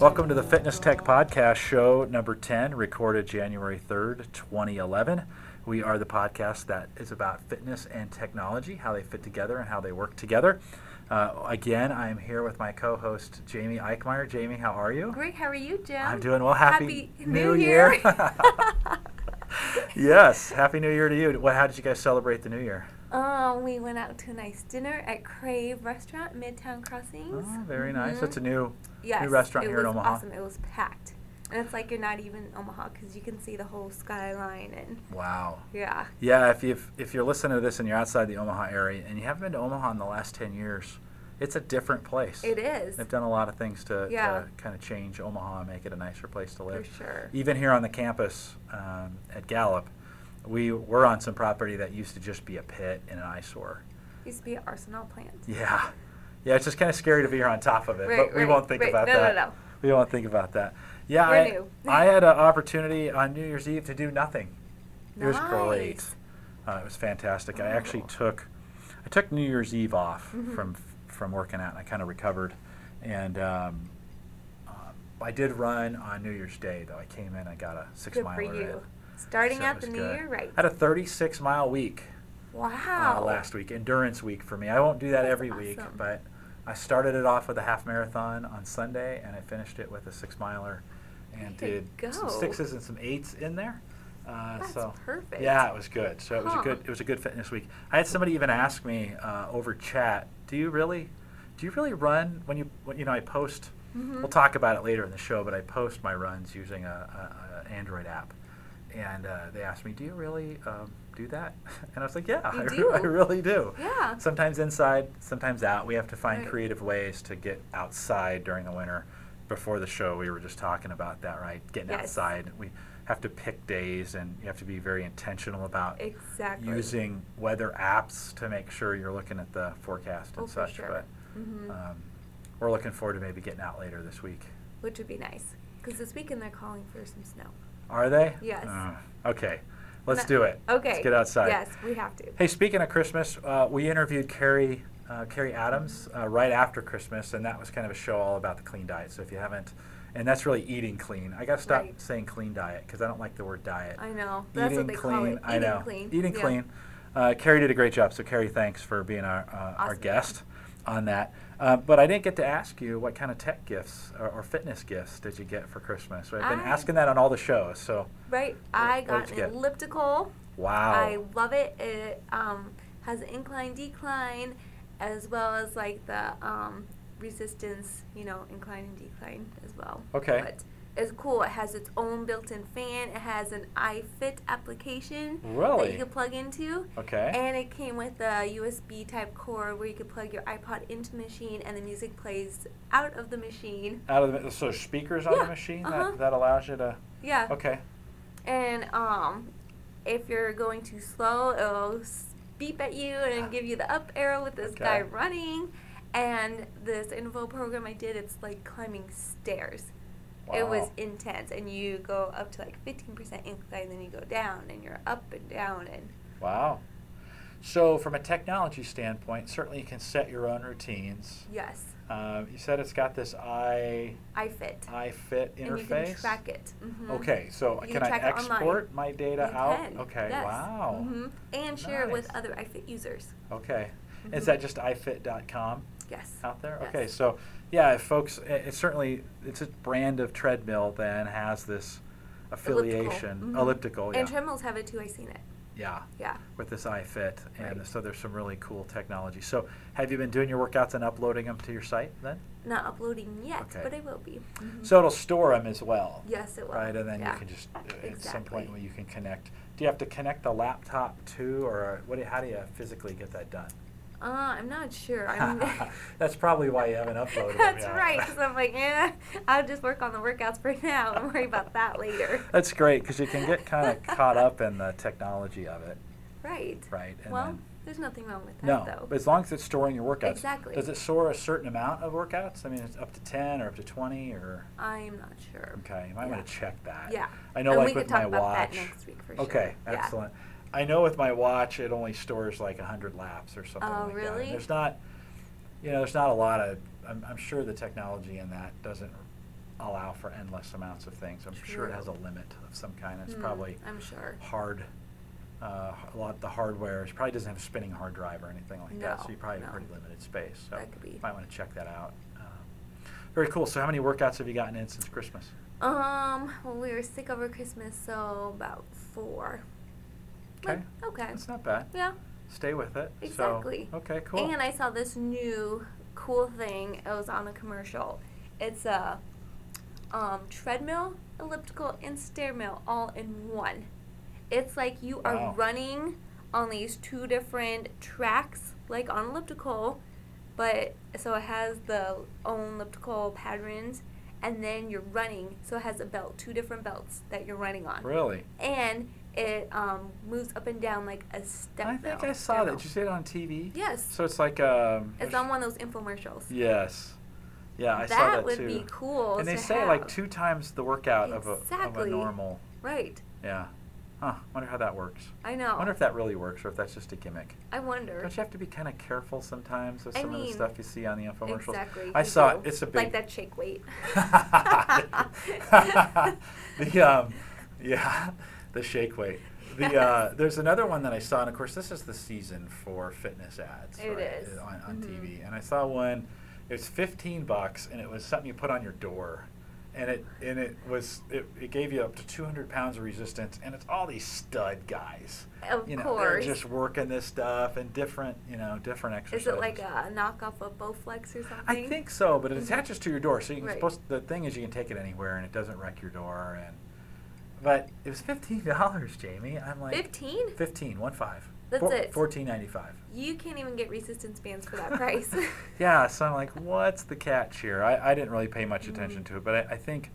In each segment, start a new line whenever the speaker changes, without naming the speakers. Welcome to the Fitness Tech Podcast Show number 10, recorded January 3rd, 2011. We are the podcast that is about fitness and technology, how they fit together and how they work together. Uh, again, I am here with my co host, Jamie Eichmeyer. Jamie, how are you?
Great. How are you, Jim?
I'm doing well. Happy, New, Year. yes, Happy New Year to you. What, how did you guys celebrate the New Year?
oh, we went out to a nice dinner at Crave Restaurant, Midtown Crossings.
Oh, very nice.
Mhm.
That's a new
Yes,
new restaurant
it
here in
was
Omaha.
Awesome. It was packed, and it's like you're not even in Omaha because you can see the whole skyline and
Wow.
yeah.
Yeah, if you if you're listening to this and you're outside the Omaha area and you haven't been to Omaha in the last ten years, it's a different place.
It is.
They've done a lot of things to,
Yeah.
kind of change Omaha and make it a nicer place to
For
live.
sure.
Even here on the campus um, at Gallup, we were on some property that used to just be a pit and an eyesore.
Used to be an Arsenal plant.
Yeah, yeah, it's just kind of scary to be here on top of it,
Right,
but we
right,
won't think
right.
about
No, no,
that.
no.
We won't think about that. Yeah,
We're
I,
new.
I had an opportunity on New Year's Eve to do nothing. It was great.
Nice.
Uh, it was fantastic. I actually
Oh.
took I took New Year's Eve off
Mhm.
from from working out, and I kind of recovered. And um, um, I did run on New Year's Day, though. I came in, I got a six
Good
mile
for
miler.
you.
in.
Starting
So it
out
was
the new
good.
year right.
I had a 36 mile week
wow.
uh, last week, endurance week for me. I won't do that
That's
every week,
awesome.
but I started it off with a half marathon on Sunday, and I finished it with a six miler, and
Way to
did some
go.
sixes and some eights in there. Uh,
That's
so
perfect.
yeah, it was good. So it was a
Huh.
good it was a good fitness week. I had somebody even ask me uh, over chat, "Do you really, do you really run when you when, you know I post?
Mhm.
We'll talk about it later in the show, but I post my runs using a, a, a Android app." And uh, they asked me, "Do you really um, do that?" And I was like, "Yeah,
You
I, re-
do.
I really do."
Yeah.
Sometimes inside, sometimes out. We have to find
Right.
creative ways to get outside during the winter. Before the show, we were just talking about that, right? Getting
Yes.
outside. We have to pick days, and you have to be very intentional about
Exactly.
using weather apps to make sure you're looking at the forecast and
Oh, for
such.
sure.
But
Mhm.
um, we're looking forward to maybe getting out later this week.
Which would be nice, because this weekend they're calling for some snow.
Are they?
Yes.
Uh, okay, let's
Not-
do it.
Okay.
Let's get outside.
Yes, we have to.
Hey, speaking of Christmas, uh, we interviewed Carrie uh, Carrie Adams uh, right after Christmas, and that was kind of a show all about the clean diet. So if you haven't, and that's really eating clean. I got to stop
Right.
saying clean diet because I don't like the word diet.
I know. That's what they
clean.
call it.
I
Eating
know.
clean.
Eating
Yeah.
clean. Uh, Carrie did a great job. So Carrie, thanks for being our uh, our
Awesome.
guest on that. Uh, but I didn't get to ask you what kind of tech gifts or, or fitness gifts did you get for Christmas. So I've been
I-
asking that on all the shows. So
Right?
What-
I
what
got
did
an
you get?
elliptical.
wow.
I love it. It um, has an incline decline, as well as like the um, resistance, you know, incline and decline as well.
Okay.
But it's cool. It has its own built-in fan. It has an iFit application that
Really?
you can plug into.
Okay.
And it came with a USB type cord where you could plug your iPod into the machine and the music plays out of the machine.
out of the so speakers on
Yeah,
the machine
uh-huh.
that, that allows you to
Yeah.
okay
And um, if you're going too slow, it'll s- beep at you and give you the up arrow with this guy
Okay.
running. And this interval program I did, it's like climbing stairs. It was
Wow.
intense, and you go up to like 15% incline, then you go down, and you're up and down, and
wow so from a technology standpoint certainly you can set your own routines
yes,
um, you said it's got this i
I fit.
i fit interface
And you can track it. Mhm.
okay so
You
can, i
track it online.
export my data
You
out
can,
okay
yes.
wow
Mhm. And share it with
Nice.
other iFit users.
okay is
Mhm.
that just ifit.com
Yes.
out there
Yes.
okay so yeah if folks i- it's certainly it's a brand of treadmill then has this affiliation
Elliptical. Mhm.
elliptical, yeah.
And treadmills have it too. I seen it.
yeah
Yeah.
with this iFit, and
Right.
so there's some really cool technology. So, have you been doing your workouts and uploading them to your site then?
Not uploading yet,
Okay.
but I will be. Mhm.
So it'll store them as well.
Yes, it will.
Right, and then
Yeah.
you can just uh, at some
Exactly.
point when you can connect. Do you have to connect the laptop to, or what? do you- How do you physically get that done?
Uh, I'm not sure. I mean,
That's probably why you haven't uploaded 'em,
That's
yeah.
right. Because I'm like, eh, I'll just work on the workouts for now and worry about that later.
That's great because you can get kind of caught up in the technology of it.
Right.
Right, and
well,
then-
there's nothing wrong with that,
No,
though.
but as long as it's storing your workouts.
Exactly.
Does it store a certain amount of workouts? I mean, it's up to ten or up to twenty or.
I'm not sure.
Okay, you might
Yeah.
want to check that.
Yeah.
I know,
And
like
we
with
could talk
my
about that
watch.
next week for sure.
okay,
Yeah.
excellent. I know with my watch, it only stores like hundred laps or something.
Oh,
like that. And
really?
There's not, you know, there's not a lot of. I'm, I'm sure the technology in that doesn't allow for endless amounts of things. I'm sure it has a
True.
limit of some kind. It's
Mm,
probably
I'm sure.
hard. Uh, a lot the hardware. It probably doesn't have a spinning hard drive or anything like that. So
No,
you probably have
no.
pretty limited space. So
That could be.
might want to check that out. Um, very cool. So how many workouts have you gotten in since Christmas?
Um, well, we were sick over Christmas, so about four. Like,
Okay.
okay.
That's not bad.
Yeah.
Stay with it. So,
Exactly.
okay. Cool.
And I saw this new cool thing. It was on a commercial. It's a um, treadmill, elliptical, and stair mill all in one. It's like you
Wow.
are running on these two different tracks, like on elliptical, but so it has the own elliptical patterns, and then you're running, so it has a belt, two different belts that you're running on.
Really.
And it um, moves up and down like a step.
I think
mill,
I saw
stair
that.
mill.
Did you see it on TV?
Yes.
So it's like um.
It's
there's-
on one of those infomercials.
Yes. Yeah, I saw
That
that
would
too.
be cool
And they
to
say like
have.
two times the workout of, a, of a
Exactly.
normal.
Right.
Yeah. Huh. Wonder how that works.
I know.
I wonder if that really works or if that's just a gimmick.
I wonder.
Don't you have to be kind of careful sometimes with
I
some of the
mean,
stuff you see on the infomercials?
Exactly.
I
you
saw
do.
it. It's a big.
Like that shake weight.
the um, yeah, the shake weight. The uh,
Yes.
there's another one that I saw, and of course, this is the season for fitness ads.
It
right,
is.
on, on
Mhm.
TV, and I saw one. It was 15 bucks, and it was something you put on your door, and it and it was it, it gave you up to 200 pounds of resistance, and it's all these stud guys.
Of
you know, they're
course.
just working this stuff and different, you know, different
Is
exercises.
it like a knockoff of Bowflex or something?
I think so, but it
Mhm.
attaches to your door, so you can
Right.
supposed the thing is you can take it anywhere and it doesn't wreck your door and but it was fifteen dollars, Jamie. I'm like
15?
Fifteen, one five.
That's it.
Fourteen ninety five.
You can't even get resistance bands for that price.
yeah, so I'm like, what's the catch here? I, I didn't really pay much attention
Mm.
to it, but I, I think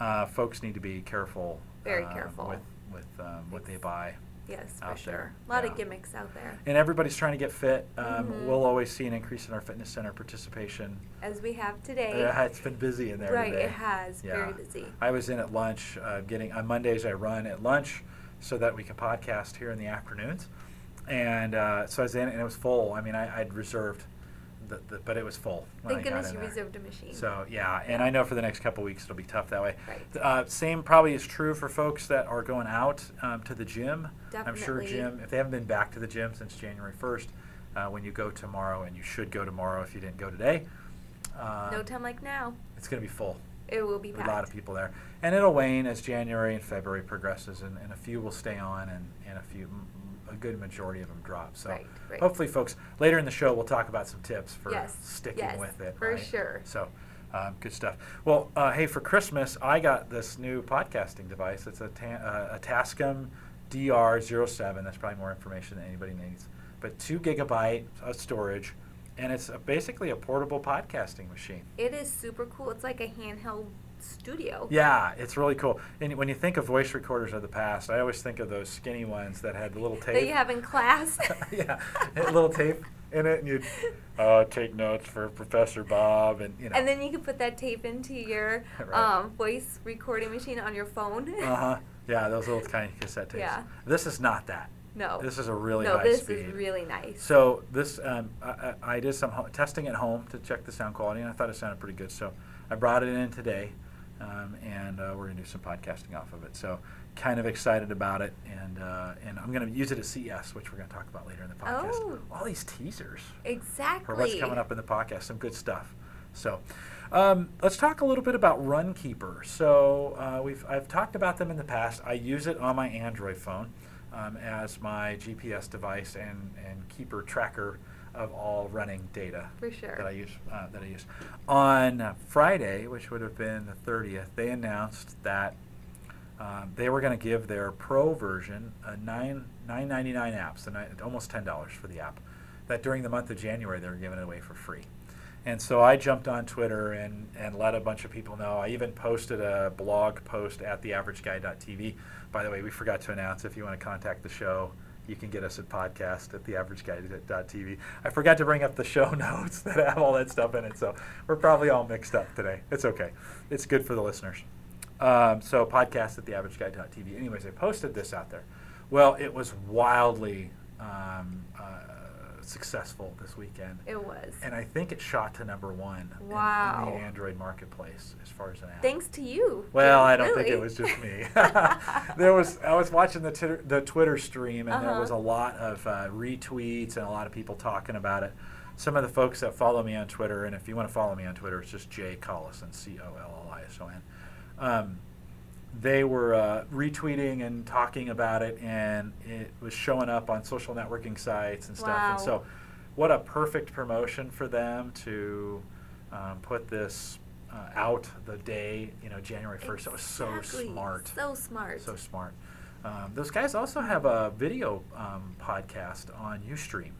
uh, folks need to be careful.
Very
uh,
careful.
with with um, what they buy.
Yes, for
out
sure.
there.
A lot
Yeah.
of gimmicks out there.
And everybody's trying to get fit. Um,
Mhm.
We'll always see an increase in our fitness center participation.
As we have today.
Yeah, Uh, it's been busy in there
Right,
today.
it has.
Yeah.
Very busy.
I was in at lunch, uh, getting on Mondays. I run at lunch so that we can podcast here in the afternoons, and uh, so I was in, and it was full. I mean, I, I'd reserved, the, the, but it was full. when
Thank
I got
goodness
in
you
there.
reserved a machine.
So yeah, and I know for the next couple weeks it'll be tough that way.
Right.
Th- Uh, same probably is true for folks that are going out um, to the gym. I'm sure
Definitely.
gym if they haven't been back to the gym since January 1st, uh, when you go tomorrow, and you should go tomorrow if you didn't go today. Um,
no time like now.
It's gonna be full
It will be
a
packed.
lot of people there. And it'll wane as January and February progresses, and, and a few will stay on, and, and a few, m- a good majority of them drop. So
Right, right.
hopefully, folks, later in the show, we'll talk about some tips for
Yes,
sticking
yes,
with it.
for
right?
sure.
So um, good stuff. Well, uh, hey, for Christmas, I got this new podcasting device. It's a, ta- uh, a Tascam DR07. That's probably more information than anybody needs. But two gigabyte of storage, and it's a, basically a portable podcasting machine.
It is super cool. It's like a handheld studio.
Yeah, it's really cool. And when you think of voice recorders of the past, I always think of those skinny ones that had the little tape.
That you have in class.
yeah, a little tape in it, and you'd uh, take notes for Professor Bob, and you know.
And then you can put that tape into your
Right.
um, voice recording machine on your phone.
Uh huh. Yeah, those little tiny cassette tapes.
Yeah.
This is not that.
No.
This is a really
no,
high
this
speed.
is really nice.
So this, um, I, I I did some ho- testing at home to check the sound quality, and I thought it sounded pretty good. So I brought it in today, um, and uh, we're gonna do some podcasting off of it. So kind of excited about it, and uh, and I'm gonna use it at CES, which we're gonna talk about later in the podcast.
Oh.
All these teasers
exactly.
for what's coming up in the podcast. Some good stuff. So, um, let's talk a little bit about Runkeeper. So, uh, we've I've talked about them in the past. I use it on my Android phone um, as my GPS device and and keeper tracker of all running data
For sure.
that I use. Uh, that I use on uh, Friday, which would have been the thirtieth. They announced that. Um, they were going to give their pro version a nine nine ninety nine app, so nine, almost ten dollars for the app. That during the month of January they were giving it away for free, and so I jumped on Twitter and and let a bunch of people know. I even posted a blog post at theaverageguy.tv. By the way, we forgot to announce if you want to contact the show. You can get us at podcast at theaverageguy.tv. I forgot to bring up the show notes that have all that stuff in it, so we're probably all mixed up today. It's okay. It's good for the listeners. Um, so podcast at theaverageguy.tv. Anyways, I posted this out there. Well, it was wildly um, uh, successful this weekend.
It was.
And I think it shot to number one in- in,
Wow.
the Android marketplace as far as an app.
Thanks to you.
Well,
Really.
I don't think it was just me. there was I was watching the Twitter, the Twitter stream, and there
Uh-huh.
was a lot of uh, retweets and a lot of people talking about it. Some of the folks that follow me on Twitter, and if you want to follow me on Twitter, it's just Jay Collison, C O L L I S O N. Um, they were uh, retweeting and talking about it, and it was showing up on social networking sites and stuff.
Wow.
And so, what a perfect promotion for them to um, put this uh, out the day, you know, January 1st. That was so
Exactly.
smart.
So smart.
So smart. Um, those guys also have a video um, podcast on Ustream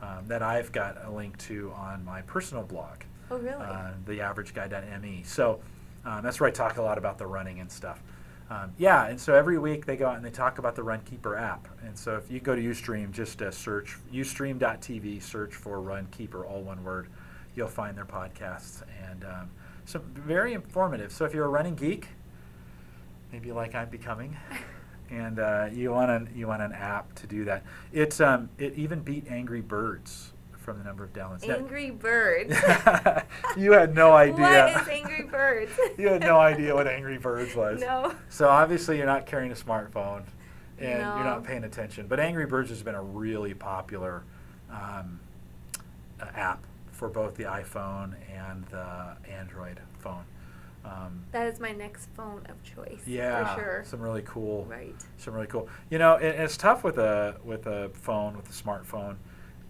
um, that I've got a link to on my personal blog
oh, really?
uh, theaverageguy.me. E. So um, that's where I talk a lot about the running and stuff. Um, yeah, and so every week they go out and they talk about the Runkeeper app. And so if you go to Ustream, just uh, search ustream.tv, search for Runkeeper, all one word. You'll find their podcasts and um, so very informative. So if you're a running geek, maybe like I'm becoming, and uh, you want an you want an app to do that. It's um, it even beat Angry Birds from the number of downloads. Now-
Angry Birds.
you had no idea.
What is Angry Birds?
you had no idea what Angry Birds was.
No.
So obviously you're not carrying a smartphone, and you're not
No.
paying attention. But Angry Birds has been a really popular um, uh, app for both the iPhone and the Android phone. Um,
That is my next phone of choice.
yeah,
For sure.
some really cool
Right.
some really cool. You know, it, it's tough with a with a phone with a smartphone.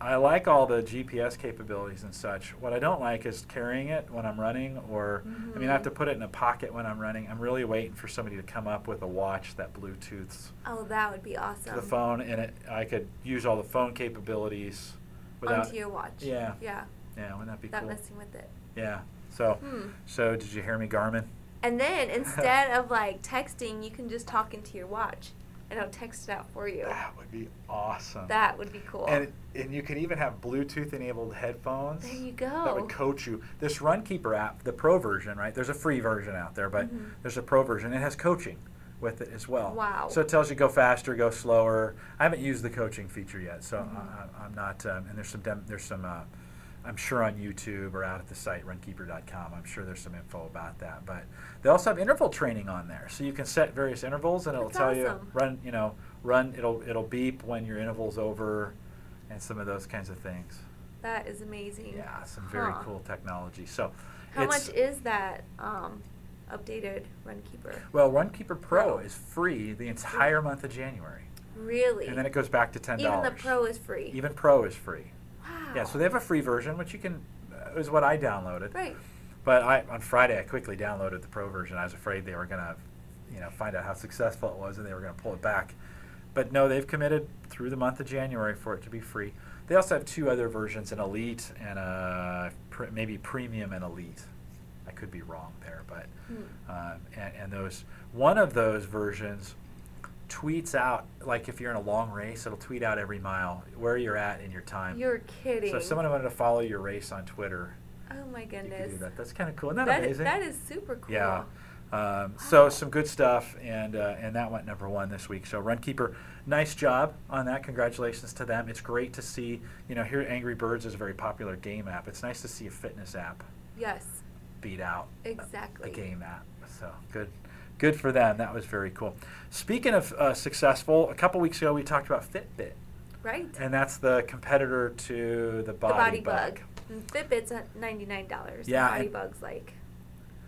I like all the GPS capabilities and such. What I don't like is carrying it when I'm running, or I mean, I have
Mhm.
to put it in a pocket when I'm running. I'm really waiting for somebody to come up with a watch that Bluetooths
Oh, that would be awesome.
to the phone, and it I could use all the phone capabilities without.
Onto your watch.
Yeah.
Yeah.
Yeah, wouldn't that be
Without
cool?
messing with it.
Yeah. So,
Hmm.
so did you hear me, Garmin?
And then instead of like texting, you can just talk into your watch, and I'll text it out for you.
That would be awesome.
That would be cool.
And and you can even have Bluetooth enabled headphones.
There you
That
go.
would coach you. This Runkeeper app, the pro version, right? There's a free version out there, but
Mhm.
there's a pro version. It has coaching with it as well.
Wow.
So it tells you go faster, go slower. I haven't used the coaching feature yet, so
Mhm.
I, I, I'm not. Um, and there's some dem- there's some. Uh, I'm sure on YouTube or out at the site runkeeper.com. I'm sure there's some info about that. But they also have interval training on there, so you can set various intervals, and it'll
That's
tell you
awesome.
run. You know, run. It'll it'll beep when your interval's over, and some of those kinds of things.
that is amazing.
Yeah, some very
Huh.
cool technology. So,
How
it's,
much is that um, updated Runkeeper?
well, Runkeeper Pro
Pro.
is free the entire month of January,
Really?
and then it goes back to ten
Even
dollars.
the Pro is free.
Even Pro is free.
wow.
Yeah, so they have a free version, which you can uh, is what I downloaded.
Right.
But I on Friday I quickly downloaded the Pro version. I was afraid they were gonna, you know, find out how successful it was and they were gonna pull it back. But no, they've committed through the month of January for it to be free. They also have two other versions, an Elite and a pr- maybe Premium and Elite. I could be wrong there, but
Hmm.
um, and, and those one of those versions tweets out like if you're in a long race, it'll tweet out every mile where you're at in your time.
You're kidding.
so if someone wanted to follow your race on Twitter,
Oh my
you
goodness.
could do that. That's kind of cool. Isn't that,
That-
amazing?
that is super cool.
Yeah. Um, so
Wow.
some good stuff, and uh, and that went number one this week. So Runkeeper, nice job on that. Congratulations to them. It's great to see. You know, here Angry Birds is a very popular game app. It's nice to see a fitness app
Yes.
beat out a-
Exactly.
a game app. So good, good for them. That was very cool. Speaking of uh, successful, a couple weeks ago we talked about Fitbit,
Right.
and that's the competitor to the
the
Body, Mm-hmm.
body bug. And Fitbit's at ninety nine dollars.
Yeah,
Body
and-
bugs like.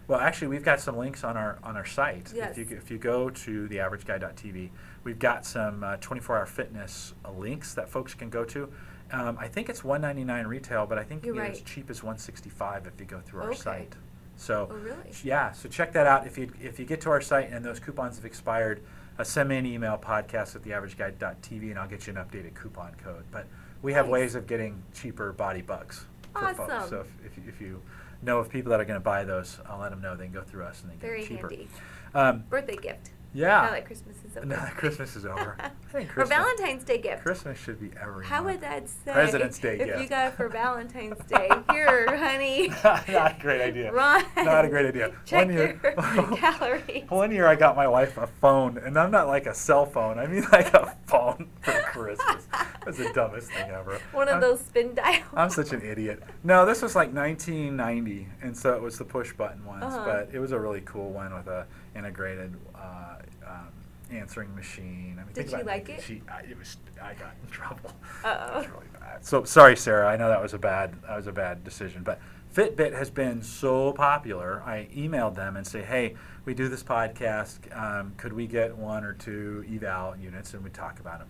Well, actually, we've got some links on our on our site.
Yes.
If you if you go to theaverageguy.tv, we've got some uh, 24-hour fitness uh, links that folks can go to. Um, I think it's 199 retail, but I think
You're
you get as
right.
cheap as 165 if you go through our
Okay.
site. So,
Oh, really?
yeah. So check that out. If you if you get to our site and those coupons have expired, uh, send me an email podcast at theaverageguy.tv and I'll get you an updated coupon code. But we have
Nice.
ways of getting cheaper body bucks for folks.
Awesome.
So if, if, you- if you know of people that are going to buy those, I'll let them know. They can go through us and they get
Very
it cheaper.
handy.
Um,
Birthday gift. Now
yeah.
that Christmas is over.
Now that Christmas is over. I think
or
Christmas-
Valentine's Day gift.
Christmas should be every
How
month.
would that say?
President's Day
If you
gift.
got it for Valentine's Day, here, honey.
Not a great idea.
Run.
Not a great idea.
Check
One
your
year-
calories.
One year I got my wife a phone, and I'm not like a cell phone. I mean like a phone for Christmas. That's the dumbest thing ever. Um,
One of
I'm-
those spin dials.
I'm such an idiot. No, this was like 1990, and so it was the push button ones,
Uh-huh.
but it was a really cool one with a integrated uh, um, answering machine. I mean,
Did
think
you
about
like
making
it?
She, I, it was. I got in trouble.
Uh-oh.
It was really bad. So sorry, Sarah. I know that was a bad. That was a bad decision, but. Fitbit has been so popular. I emailed them and say, "Hey, we do this podcast. Um, could we get one or two eval units and we talk about them?"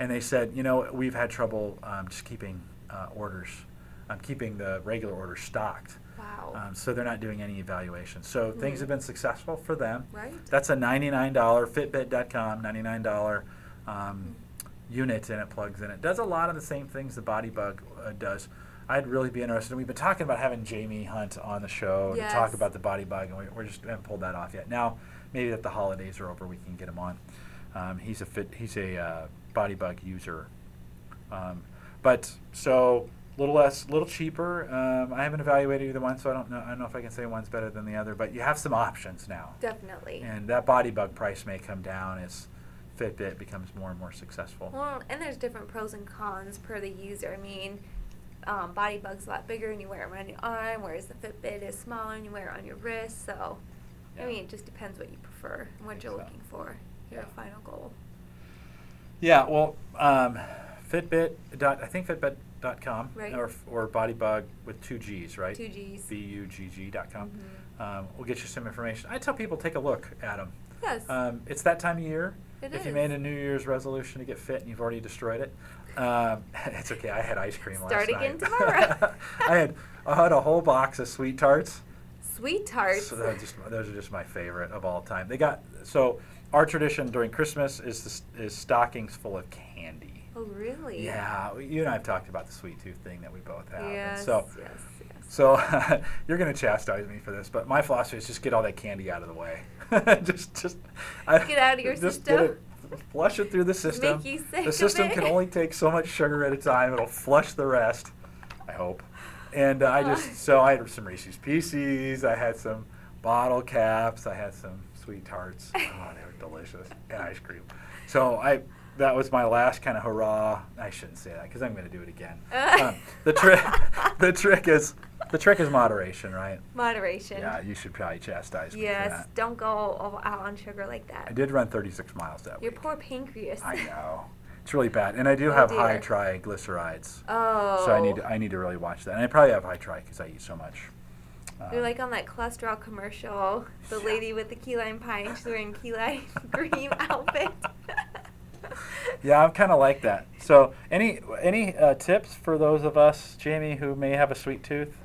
And they said, "You know, we've had trouble um, just keeping uh, orders, um, keeping the regular orders stocked.
Wow.
Um, so they're not doing any evaluation. So things
Mhm.
have been successful for them.
Right.
That's a $99 Fitbit.com, $99 um, unit, and it plugs in. It does a lot of the same things the Body Bug uh, does. I'd really be interested. and We've been talking about having Jamie Hunt on the show to talk
Yes.
about the Body Bug, and we, we're just we haven't pulled that off yet. Now, maybe that the holidays are over, we can get him on. Um, he's a fit. He's a uh, Body Bug user. Um, but so little less, little cheaper. Um, I haven't evaluated either one, so I don't know. I don't know if I can say one's better than the other. But you have some options now.
Definitely.
And that body bug price may come down as Fitbit becomes more and more successful.
Well, and there's different pros and cons per the user. I mean, um, body bug's a lot bigger and you wear it around your arm, whereas the Fitbit is smaller and you wear it on your wrist. So,
Yeah.
I mean, it just depends what you prefer and what you're
Think so.
looking for, your
Yeah.
final goal.
Yeah, well, um, Fitbit. Dot, I think Fitbit.com
Right.
or or Body Bug with two G's, right?
Two Gs. Mm-hmm.
B U G G dot com. Um, we'll get you some information. I tell people take a look at them.
Yes.
Um, it's that time of year.
It
if you
is.
made a New Year's resolution to get fit and you've already destroyed it, um, it's okay. I had ice cream last
Start
night.
again tomorrow.
I had I had a whole box of sweet tarts.
Sweet tarts.
So those are, just, those are just my favorite of all time. They got so our tradition during Christmas is the, s- is stockings full of candy.
oh, really?
Yeah, you and I have talked about the sweet tooth thing that we both have. and
Yes,
so
yes, yes.
so you're going to chastise me for this, but my philosophy is just get all that candy out of the way. just, just I-
Get out of your
just
system.
Get it, flush it through the system.
Make you sick
the
of
system
it.
can only take so much sugar at a time. It'll flush the rest. I hope. And uh, I just so I had some Reese's Pieces. I had some bottle caps. I had some sweet tarts. Oh, they were delicious and ice cream. So I that was my last kind of hurrah. I shouldn't say that because I'm going to do it again. Um, the trick the trick is the trick is moderation, right?
Moderation.
Yeah, you should probably chastise me for
yes.
that.
Don't go all out on sugar like that.
I did run 36 miles that
Your
week.
poor pancreas.
I know. It's really bad. And I do
Oh,
have high
dear.
triglycerides.
Oh.
So I need to, I need to really watch that. And I probably have high tri because I eat so much.
You're
Um,
like on that cholesterol commercial, the
Yeah.
lady with the key lime pie, and she's wearing key lime green outfit.
Yeah, I'm kind of like that. So, any any uh, tips for those of us, Jamie, who may have a sweet tooth?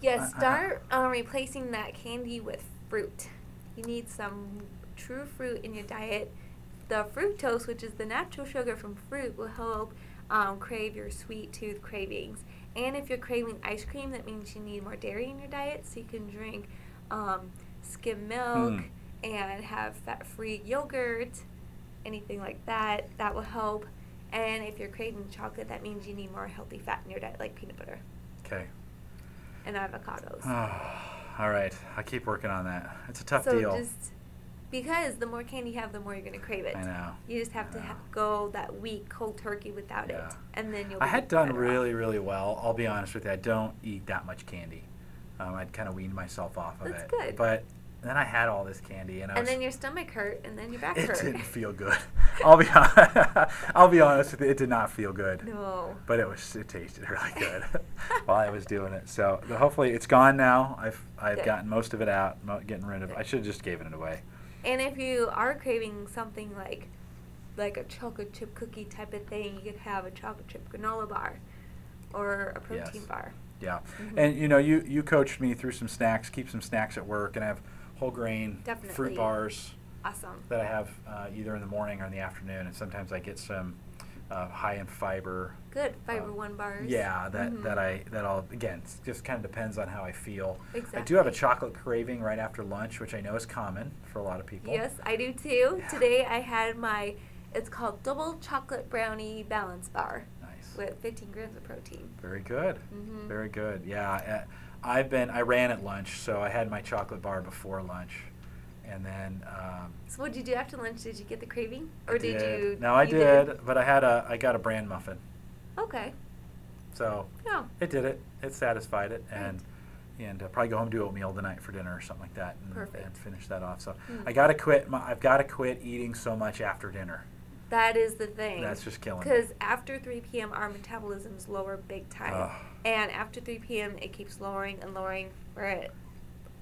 Yeah,
Uh-uh.
start um, replacing that candy with fruit. You need some true fruit in your diet. The fructose, which is the natural sugar from fruit, will help um, crave your sweet tooth cravings. And if you're craving ice cream, that means you need more dairy in your diet, so you can drink um, skim milk
Hmm.
and have fat-free yogurt, anything like that. That will help. And if you're craving chocolate, that means you need more healthy fat in your diet, like peanut butter
Okay.
and avocados.
Ah. all right. I'll keep working on that. It's a tough
so
deal.
just because the more candy you have, the more you're gonna crave it.
I know.
You just have
I
to
know.
ha- go that week cold turkey without
Yeah.
it, and then you'll.
I
be
had done
better off.
really, really well. I'll be honest with you. I don't eat that much candy. Um, I'd kind of weaned myself off of
That's
it.
good.
But then I had all this candy, and I
And
was
then your stomach hurt, and then your back
it
hurt.
didn't feel good. I'll be hon- I'll be honest with you, it did not feel good.
No.
But it was it tasted really good while I was doing it. So but hopefully it's gone now. I've I've
Good.
gotten most of it out, mo- getting rid of. I
Good.
should have just given it away.
And if you are craving something like, like a chocolate chip cookie type of thing, you could have a chocolate chip granola bar, or a protein
Yes.
bar.
Yeah.
Mhm.
And you know you you coached me through some snacks. Keep some snacks at work, and I have whole grain fruit
Definitely.
bars.
Awesome.
that I have uh, either in the morning or in the afternoon, and sometimes I get some uh, high in fiber.
Good fiber
um,
one bars.
Yeah, that,
Mhm.
that I that I'll again it's just kind of depends on how I feel. I do
Exactly.
have a chocolate craving right after lunch, which I know is common for a lot of people.
Yes, I do too.
Yeah.
Today I had my, it's called double chocolate brownie balance bar.
Nice.
with 15 grams of protein.
Very good.
Mhm.
Very good. Yeah, uh, I've been I ran at lunch, so I had my chocolate bar before lunch, and then um,
So what did you do after lunch? Did you get the craving,
I
or did, you?
No, I
you
did, but I had a I got a bran muffin,
Okay.
so
No.
it did it. It satisfied it, and
Right.
and uh, probably go home and do oatmeal tonight for dinner or something like that, and,
Perfect.
and finish that off. So
Mm.
I gotta quit. My, I've gotta quit eating so much after dinner.
That is the thing.
That's just killing me.
Because after 3 p.m., our metabolism's lower big time.
Ugh.
And after 3 p.m., it keeps lowering and lowering where it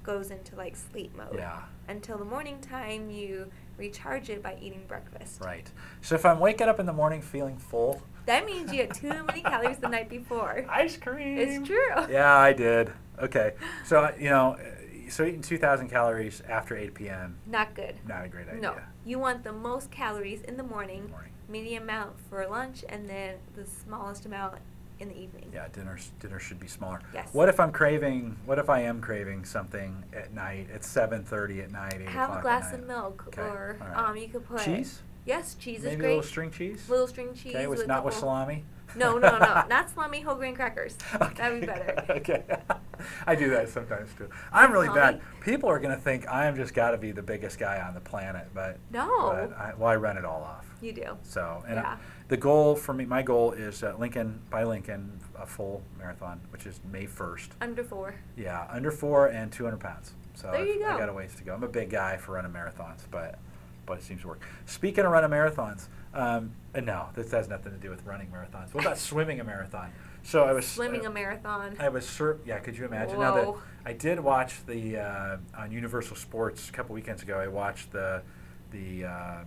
goes into like sleep mode.
Yeah.
Until the morning time, you recharge it by eating breakfast.
Right. So if I'm waking up in the morning feeling full,
That means you had too many calories the night before.
Ice cream.
It's true.
Yeah, I did. Okay. So you know, uh, so eating 2,000 calories after 8 p.m.
Not good.
Not a great idea.
No. You want the most calories in the morning,
Morning.
medium amount for lunch, and then the smallest amount in the evening.
Yeah, dinner dinner should be smaller.
Yes.
What if I'm craving? What if I am craving something at night? It's 7:30 at night. 8
Have
o'clock
a
at
glass of
night?
milk,
Okay,
or
all right.
um, you could put
cheese.
Yes, cheese
Maybe
is
a
great.
little string cheese.
Little string cheese.
Okay, with
a
not with
couple-
salami.
No, no, no, not salami. Whole grain crackers. That'd be better.
okay. I do that sometimes too. I'm really bad.
Salami?
People are going to think I'm just got to be the biggest guy on the planet, but
No.
but I, well, I run it all off.
You do.
So, and
Yeah.
I- the goal for me, my goal is uh, Lincoln by Lincoln, a full marathon, which is May 1st.
Under four.
Yeah, under four and 200 pounds. So
There
I've-
you
I
go.
got a ways to go. I'm a big guy for running marathons, but but it seems to work. Speaking of running marathons, um, and no, this has nothing to do with running marathons. What about swimming a marathon? So I was
Swimming
uh,
a marathon.
I was sur- yeah. Could you imagine? Now that
Whoa.
I did watch the uh, on Universal Sports a couple weekends ago. I watched the the uh,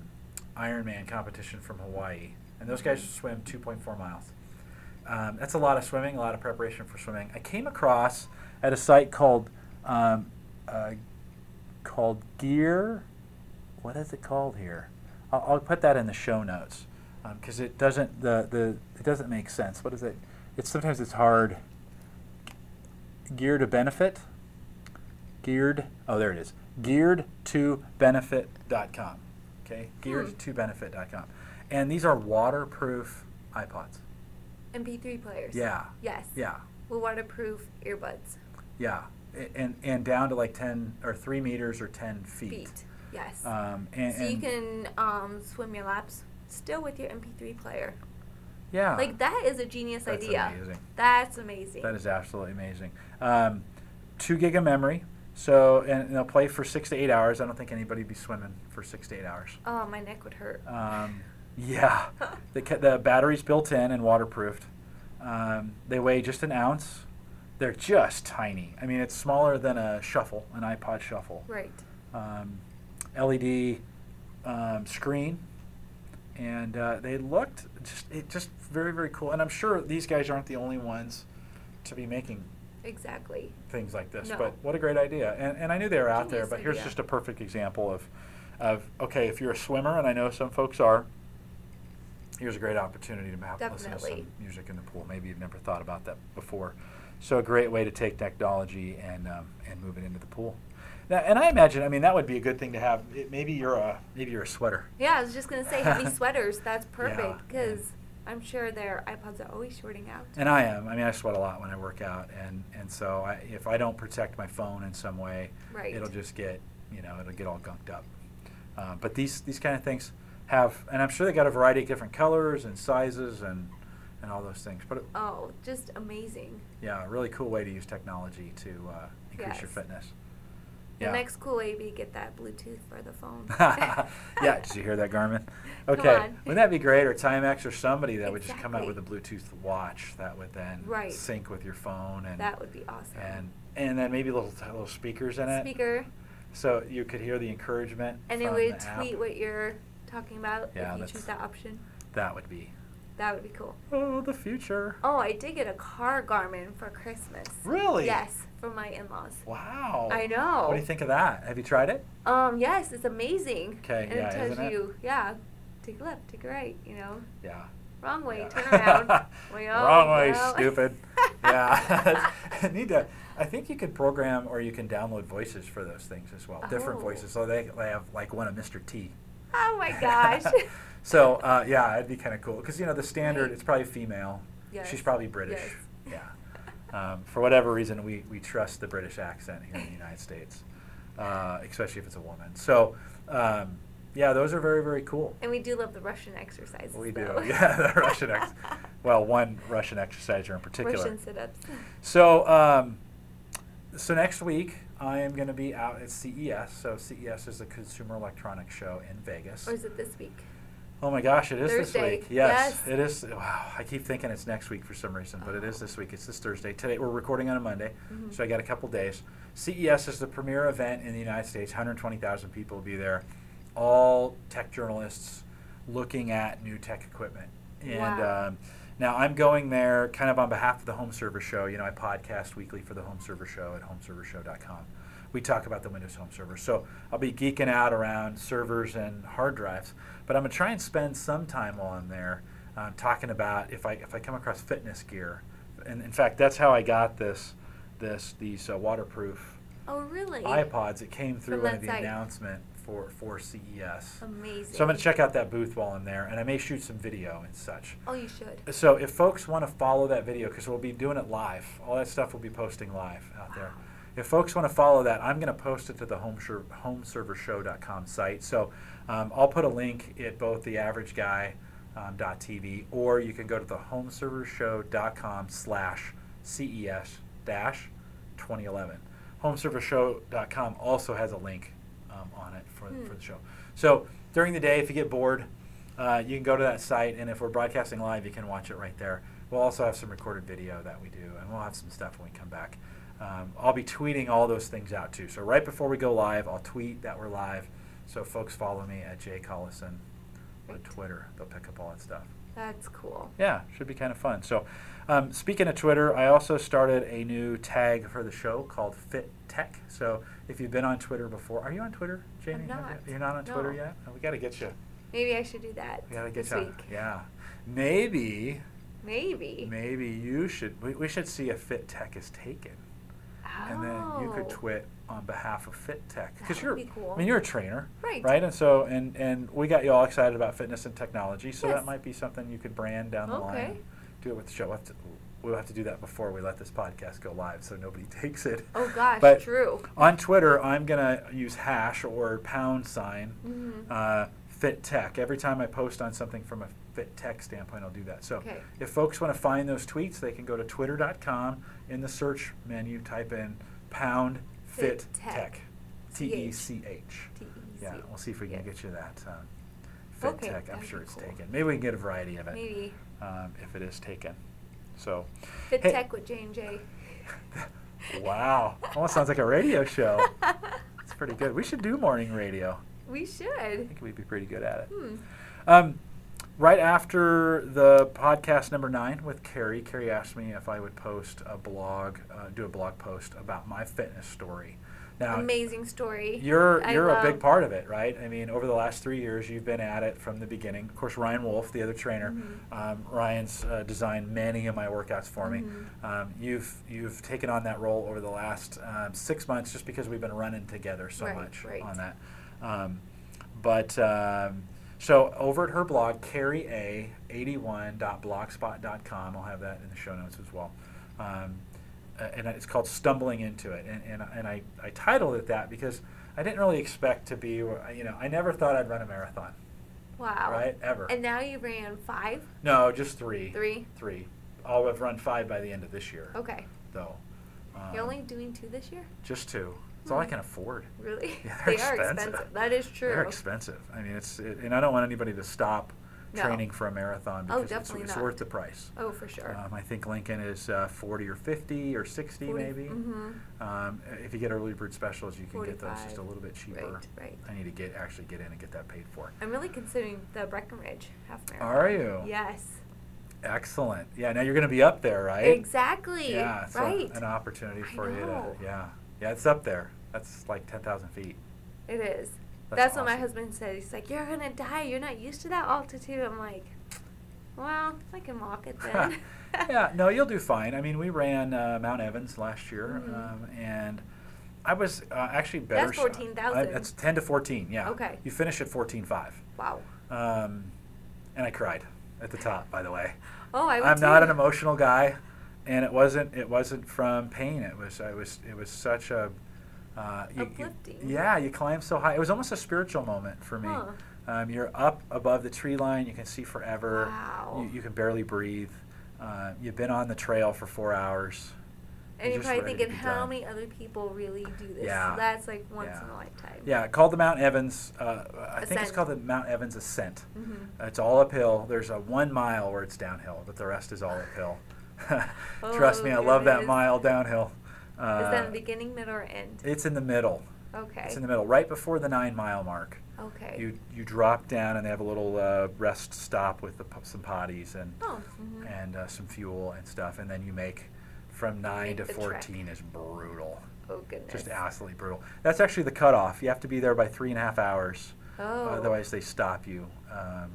Ironman competition from Hawaii, and those guys swim 2.4 miles. Um, that's a lot of swimming, a lot of preparation for swimming. I came across at a site called um, uh, called Gear. What is it called here? I'll, I'll put that in the show notes because it doesn't the, the it doesn't make sense. What is it? It's sometimes it's hard geared to benefit geared oh there it is geared to benefit.com okay geared
Hmm.
to benefit.com and these are waterproof ipods
MP3 players.
yeah
Yes.
yeah
With waterproof earbuds.
yeah A- and and down to like 10 or 3 meters or 10 feet,
Yes.
um and,
so you
and-
can um, swim your laps still with your MP3 player.
yeah
Like that is a genius
Ah. That's
idea.
amazing.
That's amazing.
That is absolutely amazing. Um, two gig of memory. So, and, and they'll play for six to eight hours. I don't think anybody'd be swimming for six to eight hours.
Oh, my neck would hurt.
Um, yeah, the, ca- the battery's built in and waterproofed. Um, they weigh just an ounce. They're just tiny. I mean, it's smaller than a shuffle, an iPod shuffle.
Right.
Um, LED um, screen, and uh, they looked just it just very very cool. And I'm sure these guys aren't the only ones to be making
Exactly.
things like this.
No.
But what a great idea! And, and I knew they were out there,
Genius
but here's
idea.
just a perfect example of, of okay, if you're a swimmer, and I know some folks are. Here's a great opportunity to have listen to some
Definitely.
music in the pool. Maybe you've never thought about that before. So a great way to take technology and um, and move it into the pool. Now, and I imagine, I mean, that would be a good thing to have. It, maybe you're a maybe you're a sweater.
Yeah, I was just gonna say heavy sweaters. That's
Yeah,
perfect because
and-
I'm sure their iPods are always shorting out.
And I am. I mean, I sweat a lot when I work out, and and so I, if I don't protect my phone in some way,
Right.
it'll just get you know it'll get all gunked up. Uh, but these these kind of things have, and I'm sure they got a variety of different colors and sizes and and all those things. But it,
Oh, just amazing.
yeah, a really cool way to use technology to uh, increase your
Yes.
fitness.
The next cool way would be get that Bluetooth for the phone.
yeah, did you hear that, Garmin?
Come
Okay,
on.
wouldn't that be great? Or Timex or somebody that would just come out with a
Exactly.
Bluetooth watch that would then
Right.
sync with your phone and
That would be awesome.
and and then maybe little little speakers in it,
Speaker,
so you could hear the encouragement.
and it
from
would
the app.
tweet what you're talking about
Yeah,
if you
that's-
choose that option.
That would be
That would be cool.
oh the future.
Oh, I did get a car Garmin for Christmas.
Really?
Yes, from my in-laws.
Wow.
I know.
What do you think of that? Have you tried it?
Um, yes, it's amazing.
'Kay,
and
yeah,
it tells
isn't it?
you, yeah, take a left, take a right, you know,
Yeah.
wrong way,
Yeah.
turn around. Well,
Wrong way,
well.
stupid. yeah. I need to. I think you can program or you can download voices for those things as well. Different
Oh.
voices. So they, they have like one of Mr. T.
Oh my gosh.
so uh, yeah, it'd be kind of cool because you know the standard.
Right.
It's probably female. She's
Yes,
probably British.
yes.
Yeah. Um, for whatever reason, we, we trust the British accent here in the United States. uh, especially if it's a woman. So, um, yeah, those are very, very cool.
And we do love the Russian exercises.
We
though.
do, yeah, the Russian ex. Well, one Russian exerciser in particular.
Russian sit-ups.
So, um, so next week I am going to be out at CES. So CES is the Consumer Electronics Show in Vegas.
Or is it this week?
Oh my gosh, it is
Thursday.
this week. Yes,
Yes.
it is. Wow, I keep thinking it's next week for some reason, but it is this week. It's this Thursday. Today we're recording on a Monday,
Mhm.
so I got a couple days. CES is the premier event in the United States. 120,000 people will be there, all tech journalists looking at new tech equipment. And
Wow.
um, now I'm going there kind of on behalf of the Home Server Show. You know, I podcast weekly for the Home Server Show at homeservershow.com. We talk about the Windows Home Server. So I'll be geeking out around servers and hard drives, but I'm going to try and spend some time while I'm there um, talking about if I, if I come across fitness gear. And in fact, that's how I got this, this these uh, waterproof
Oh, really?
iPods. It came through
From
one
that
of the
site.
announcement for, for E CES.
Amazing.
So I'm going to check out that booth while I'm there, and I may shoot some video and such.
Oh, you should.
So if folks want to follow that video, because we'll be doing it live, all that stuff we'll be posting live out there.
Wow.
If folks want to follow that, I'm going to post it to the home ser- homeservershow.com site. So um, I'll put a link at both the average guy um, dot TV or you can go to the homeservershow.com slash CES dash 2011. Homeservershow.com also has a link um, on it for,
Hmm.
for the show. So during the day, if you get bored, uh, you can go to that site, and if we're broadcasting live, you can watch it right there. We'll also have some recorded video that we do, and we'll have some stuff when we come back. Um, I'll be tweeting all those things out too. So right before we go live, I'll tweet that we're live. So folks, follow me at Jay Collison on
Right.
Twitter. They'll pick up all that stuff.
That's cool.
Yeah, should be kind of fun. So, um, speaking of Twitter, I also started a new tag for the show called Fit Tech. So, if you've been on Twitter before, are you on Twitter, Jamie? Have you-
not.
You're not on Twitter
No.
yet. Oh, we got to get you.
Maybe I should do that.
We got to get
this
you. on-
week.
Yeah, maybe,
Maybe.
maybe you should. We, we should see if Fit Tech is taken,
Oh.
and then you could twit on behalf of Fit Tech
That
because
would
you're.
be cool.
I mean, you're a trainer,
Right.
Right, and so and and we got you all excited about fitness and technology. So that
Yes.
might be something you could brand down the line.
Okay.
and Do it with the show. We'll have, to, we'll have to do that before we let this podcast go live, so nobody takes it.
Oh gosh,
But
true.
On Twitter, I'm gonna use hash or pound sign
Mhm.
uh, fit tech. Every time I post on something from a fit tech standpoint, I'll do that. So
Okay.
if folks want to find those tweets, they can go to twitter.com in the search menu, type in pound fit,
Fit
tech.
Tech.
T E
CH.
C H.
T-E-C.
Yeah, we'll see if we can get you that um, fit
Okay,
tech. I'm
that'd
sure
be
it's
cool.
taken. Maybe we can get a variety of it
Maybe.
um, if it is taken. So,
Fit
hey-
Tech with J and J.
Wow. Almost sounds like a radio show. It's pretty good. We should do morning radio.
We
I
should.
think we'd be pretty good at it.
Hmm.
Um, right after the podcast number nine with Carrie, Carrie asked me if I would post a blog, uh, do a blog post about my fitness story. Now,
Amazing story.
You're
I
you're a big
love-
part of it, right? I mean, over the last three years, you've been at it from the beginning. Of course, Ryan Wolf, the other trainer,
Mhm.
um, Ryan's uh, designed many of my workouts for me.
Mhm.
Um, you've you've taken on that role over the last um, six months, just because we've been running together so
Right,
much
right.
on that. Um, but um, so over at her blog, Carrie A. 81.blogspot.com. I'll have that in the show notes as well. Um, uh, and it's called Stumbling Into It. And, and, and I, I titled it that because I didn't really expect to be, you know, I never thought I'd run a marathon,
Wow.
right? Ever.
And now you ran five.
no, just three.
Three?
Three. I'll have run five by the end of this year,
Okay.
though. Um,
You're only doing two this year.
Just two. It's all I
Hmm.
can afford.
Really?
Yeah,
they
they're
are
expensive.
expensive. That is true.
They're expensive. I mean, it's, it, and I don't want anybody to stop
No.
training for a marathon
Oh,
because it's,
definitely
it's
not.
worth the price.
Oh, for sure.
Um, I think Lincoln is uh, 40 or 50 or 60
Forty-
maybe.
mhm.
Um, if you get early bird specials, you can get those just a
45.
little bit cheaper.
Right, right.
I need to get actually get in and get that paid for.
I'm really considering the Breckenridge half marathon.
Are you?
Yes.
Excellent. Yeah. Now you're going to be up there, right?
Exactly.
Yeah. So
right.
An opportunity
I
for you to.
know.
Yeah. Yeah. It's up there. That's like 10,000 feet.
It is.
That's
That's, what my
awesome.
husband said. He's like, "You're gonna die. You're not used to that altitude." I'm like, "Well, I can walk it then."
yeah, no, you'll do fine. I mean, we ran uh, Mount Evans last year,
Mhm.
um, and I was uh, actually better.
That's
s- I-
14,000.
That's ten to fourteen. Yeah.
Okay.
You finish at fourteen five,
Wow.
um, and I cried at the top. By the way,
Oh, I. Would
I'm not
too.
an emotional guy, and it wasn't. It wasn't from pain. It was. I was. It was such a Uh, you- you-
Uplifting.
yeah, you climb so high. It was almost a spiritual moment for me.
Huh.
Um, you're up above the tree line. You can see forever.
Wow.
You, you can barely breathe. Uh, you've been on the trail for four hours.
And
You're
you're
just
probably
ready to
thinking,
be
how
done.
many other people really do this?
Yeah.
That's like once
Yeah.
in a lifetime.
Yeah, called the Mount Evans. Uh, I think it's
Ascent.
called the Mount Evans Ascent.
Mhm.
It's all uphill. There's a one mile where it's downhill, but the rest is all uphill. Trust me, I
Oh,
love that
goodness.
mile downhill. Uh,
Is that in the beginning, middle, or end?
It's in the middle.
okay. Oh,
It's in the middle, right before the nine mile mark.
okay.
You you drop down and they have a little uh, rest stop with the, p- some potties and
oh. mhm.
and uh, some fuel and stuff, and then you make from nine
Make
to
the trek.
fourteen is brutal,
oh goodness.
just absolutely brutal. That's actually the cutoff. You have to be there by three and a half hours.
Oh.
Otherwise, they stop you, um,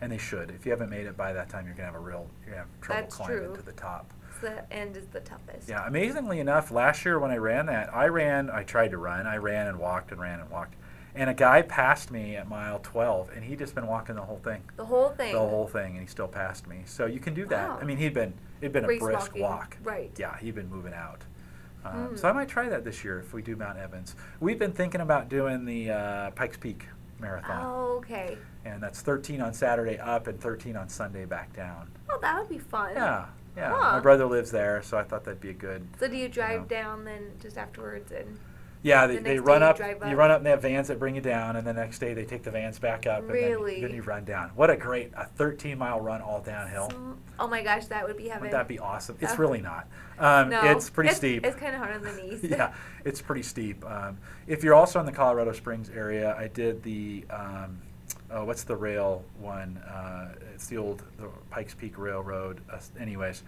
and they should. If you haven't made it by that time, you're gonna have a real you're gonna have trouble
That's
climbing
true.
to the top.
So the end is the toughest.
Yeah, amazingly enough, last year when I ran that, I ran, I tried to run, I ran and walked and ran and walked, and a guy passed me at mile 12, and he'd just been walking the whole thing,
The whole thing.
the whole thing, and he still passed me. So you can do that.
Wow.
I mean, he'd been it'd been
Race
a brisk
walking,
walk.
right.
Yeah, he'd been moving out. Um,
Hmm.
So I might try that this year if we do Mount Evans. We've been thinking about doing the uh, Pikes Peak Marathon,
Oh, okay.
and that's 13 on Saturday up and 13 on Sunday back down.
Oh, that would be fun.
Yeah, yeah. My
Huh.
brother lives there, so I thought that'd be a good.
So do you drive
know.
down then just afterwards and?
Yeah,
The
they, they
next
run
day you
up,
drive
You
up.
run up, and they have vans that bring you down, and the next day they take the vans back up, and then,
Really?
then you run down. What a great a 13 mile run all downhill.
Mm, Oh my gosh, that would be heaven.
Wouldn't that be awesome? It's
Uh,
really not. Um,
no,
It's pretty steep.
It's kind of hard on the knees.
yeah, it's pretty steep. Um, if you're also in the Colorado Springs area, I did the um, oh, what's the rail one? Uh, it's the old the Pikes Peak Railroad. Uh, anyways,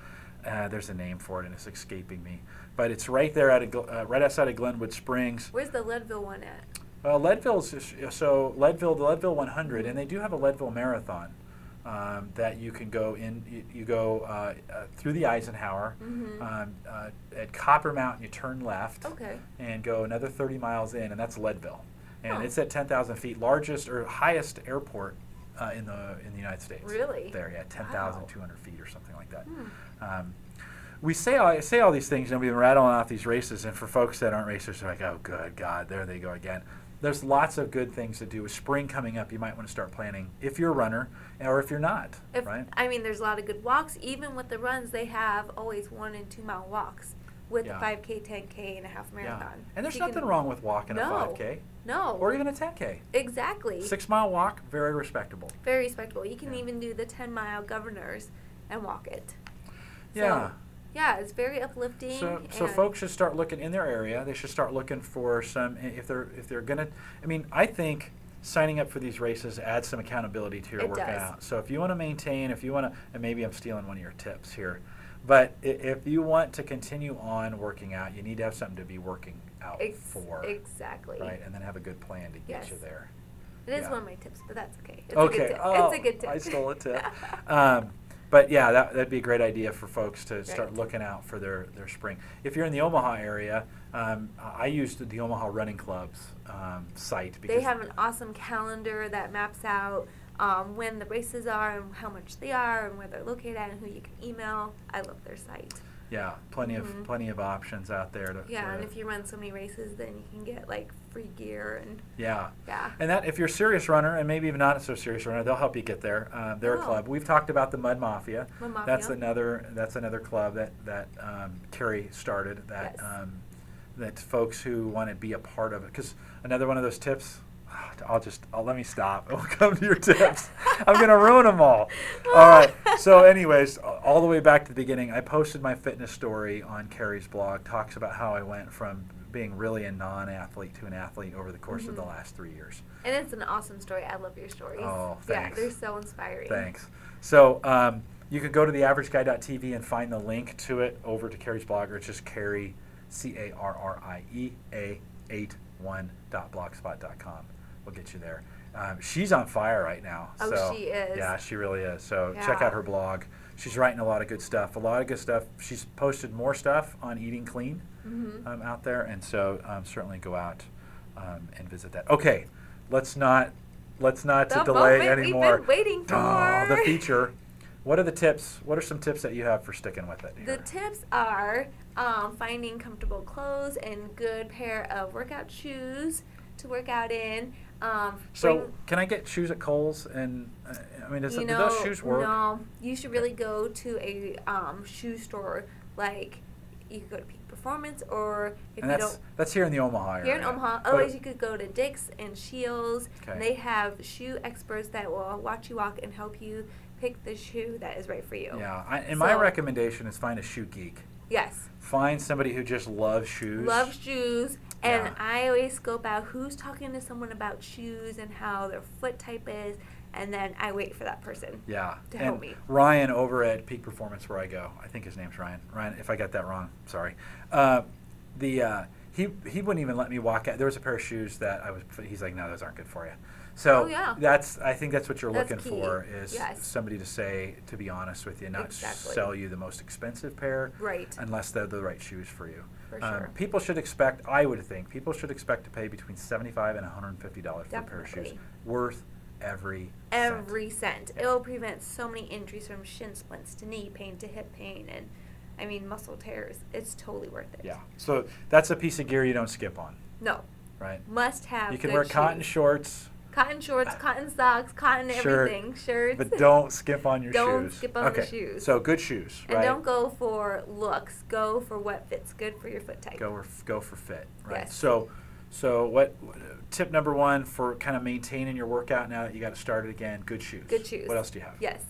uh, there's a name for it, and it's escaping me. But it's right there at uh, right outside of Glenwood Springs.
Where's the Leadville one at?
Uh, Leadville's is- so Leadville, the Leadville 100, and they do have a Leadville marathon um, that you can go in. You, you go uh, uh, through the Eisenhower
Mhm.
um, uh, at Copper Mountain. You turn left
Okay.
and go another 30 miles in, and that's Leadville, and
Huh.
it's at 10,000 feet, largest or highest airport uh, in the in the United States.
Really?
There, yeah,
Wow.
10,200 feet or something like that.
Hmm.
Um, we say all, I say all these things, and we've been rattling off these races. And for folks that aren't racers, they're like, "Oh, good God, there they go again." There's lots of good things to do. With spring coming up, you might want to start planning if you're a runner, or if you're not,
If,
right?
I mean, there's a lot of good walks. Even with the runs, they have always one and two mile walks with
Yeah.
a 5K, 10K, and a half marathon.
And there's
So you
nothing
can-
wrong with walking
no,
a 5K
No.
or even a 10K.
exactly.
Six mile walk, very respectable.
Very respectable. You can
Yeah.
even do the 10 mile governors and walk it.
Yeah.
So, yeah, it's very uplifting.
So, so
and-
folks should start looking in their area. They should start looking for some if they're if they're gonna. I mean, I think signing up for these races adds some accountability to your
It
working
does.
out. So if you want to maintain, if you want to, and maybe I'm stealing one of your tips here, but i- if you want to continue on working out, you need to have something to be working out
Ex-
for,
Exactly.
right? And then have a good plan to get
Yes.
you there.
It is
yeah.
one of my tips, but that's okay. It's
okay.
A good tip.
Oh,
it's a good tip.
I stole a tip. um, but yeah, that, that'd be a great idea for folks to start
Right.
looking out for their, their spring. If you're in the Omaha area, um, I I used the Omaha Running Club's um, site because
they have an awesome calendar that maps out um, when the races are and how much they are and where they're located at and who you can email. I love their site.
yeah plenty of
Mhm.
plenty of options out there. To,
Yeah, and
to-
if you run so many races, then you can get like free gear and
yeah.
yeah.
And that, if you're a serious runner, and maybe even not a so serious runner, they'll help you get there. Um, they're a
Oh.
club. We've talked about the Mud Mafia.
Mud Mafia.
That's another. That's another club that that um, Carrie started. That
Yes.
um, that folks who want to be a part of it. Because another one of those tips. ah, I'll just I'll, let me stop. We'll come to your tips. I'm gonna ruin them all. All right. So, anyways, a- all the way back to the beginning, I posted my fitness story on Carrie's blog. Talks about how I went from being really a non-athlete to an athlete over the course of the
Mhm.
last three years.
And it's an awesome story. I love your stories.
Oh, thanks.
Yeah, they're so inspiring.
Thanks. So um, you can go to theaverageguy.tv and find the link to it over to Carrie's blog, or it's just Carrie, C A R R I E A 81.blogspot.com. We'll get you there. Um, she's on fire right now.
Oh,
so,
she is.
Yeah, she really is. So check
Yeah.
out her blog. She's writing a lot of good stuff. A lot of good stuff. She's posted more stuff on Eating Clean
Mhm.
um, out there, and so um, certainly go out um, and visit that. Okay, let's not let's not to
The
delay
moment we've
anymore.
been waiting
Oh, the
for.
feature. What are the tips? What are some tips that you have for sticking with it?
The
here?
tips are um, finding comfortable clothes and good pair of workout shoes to work out in. Um,
So
bring-
can I get shoes at Kohl's? And uh, I mean, does,
you
do
know,
those shoes work?
No, you should really go to a um, shoe store. Like you could go to Peak Performance, or if
and
you
that's
don't,
that's here in the Omaha area.
you're in Omaha.
But-
Otherwise, you could go to Dick's and Shields.
Okay.
And they have shoe experts that will watch you walk and help you pick the shoe that is right for you.
yeah, I, and my
So-
recommendation is find a shoe geek.
Yes.
Find somebody who just loves shoes.
Love shoes. And
Yeah.
I always scope out who's talking to someone about shoes and how their foot type is, and then I wait for that person.
Yeah.
to
and
help me.
Ryan over at Peak Performance, where I go, I think his name's Ryan. Ryan, if I got that wrong, sorry. Uh, the uh, he he wouldn't even let me walk out. There was a pair of shoes that I was. He's like, no, those aren't good for you. So
Oh, yeah.
that's I think that's what you're
That's
looking
key.
for is
Yes.
somebody to say to be honest with you, not
Exactly.
sell you the most expensive pair,
Right.
Unless they're the right shoes for you.
For
Um,
sure.
People should expect. I would think people should expect to pay between seventy-five and one hundred and fifty dollars for a pair of shoes,
Definitely.
worth every cent.
every cent. It will prevent so many injuries from shin splints to knee pain to hip pain and I mean muscle tears. It's totally worth it.
Yeah. So that's a piece of gear you don't skip on,
No.
right?
Must have.
You can
good
wear cotton
shoes.
shorts,
Cotton shorts, cotton socks, cotton
Uh, Shirt,
everything, shirts.
but don't skip on your
Don't
shoes.
skip on the
okay.
shoes.
So good shoes,
and
right?
don't go for looks. Go for what fits good for your foot type.
Go or f- go for fit, right?
Yes.
So, so what? Tip number one for kind of maintaining your workout now that you got it started again. Good shoes.
Good shoes.
What else do you have?
Yes.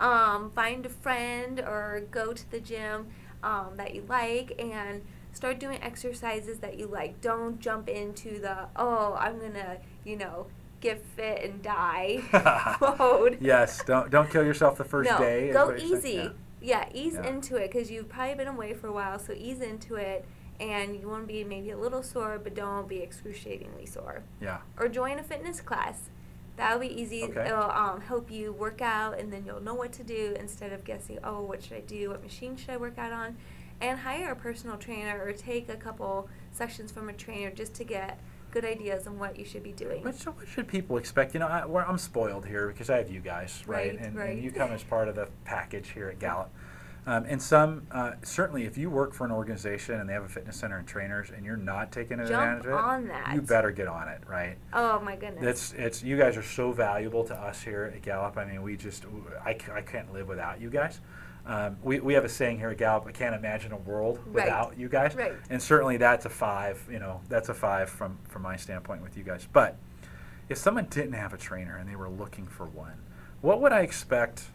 Um, find a friend or go to the gym um, that you like and start doing exercises that you like. Don't jump into the, oh, I'm going to, you know, get fit and die mode.
yes. Don't don't kill yourself the first
no,
day. is
Go
what you're
easy.
saying? Yeah.
Yeah, ease
Yeah.
into it because you've probably been away for a while, so ease into it. And you want to be maybe a little sore, but don't be excruciatingly sore
Yeah.
or join a fitness class. That'll be easy.
Okay.
It'll um, help you work out, and then you'll know what to do instead of guessing. Oh, what should I do? What machine should I work out on? And hire a personal trainer or take a couple sections from a trainer just to get good ideas on what you should be doing.
What, so what should people expect? You know, I, well, I'm spoiled here because I have you guys, right?
Right,
and,
right.
and you come as part of the package here at Gallup. Um, and some, uh, certainly, if you work for an organization and they have a fitness center and trainers, and you're not taking
Jump
advantage of it,
on that.
you better get on it, right?
Oh my goodness.
It's it's you guys are so valuable to us here at Gallup. I mean, we just I, c- I can't live without you guys. Um, we, we have a saying here at Gallup. I can't imagine a world
Right.
without you guys.
Right.
And certainly that's a five. You know, that's a five from from my standpoint with you guys. But if someone didn't have a trainer and they were looking for one, what would I expect?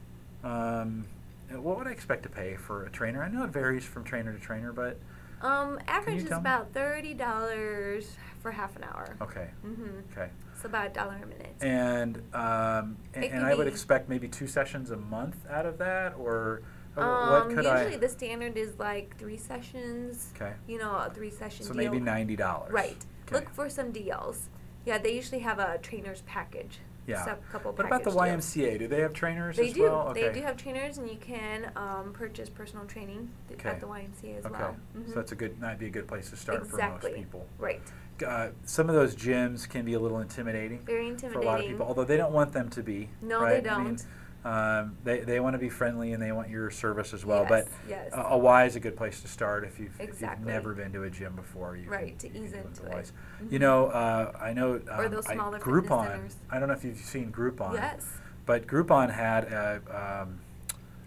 Um, what would I expect to pay for a trainer? I know it varies from trainer to trainer, but
um, average is
tell me?
about thirty dollars for half an hour.
okay,
Mm-hmm.
okay.
It's about a dollar a minute.
And um, and,
It
and
could
I would
be-
expect maybe two sessions a month out of that, or or
um,
Oh, what could
usually
I?
the standard is like three sessions.
okay,
You know, a three session
so
deal.
maybe ninety dollars.
Right.
Okay.
Look for some deals. Yeah, they usually have a trainer's package.
Yeah.
Some couple
What about the
package deals.
YMCA? Do they have trainers
They
as
do.
well? Okay.
They do have trainers, and you can um, purchase personal training th-
Okay.
at the YMCA as
okay,
well. Mhm.
so that's a good. That'd be a good place to start for
Exactly.
most people.
Right.
Uh, some of those gyms can be a little intimidating.
Very
for a lot of
intimidating.
people, although they don't want them to be.
No, they
right? I mean,
don't.
um, they they want to be friendly and they want your service as well. but
Yes, yes.
a, a Y is a good place to start if you've, if you've
Exactly.
never been to a gym before. You
Right, to
can, you
ease
can go to
into it.
Y's. You
Mhm.
know, uh, I know. Um,
Or those
I-
smaller fitness
Groupon.
centers.
I don't know if you've seen Groupon.
Yes.
But Groupon had a, um,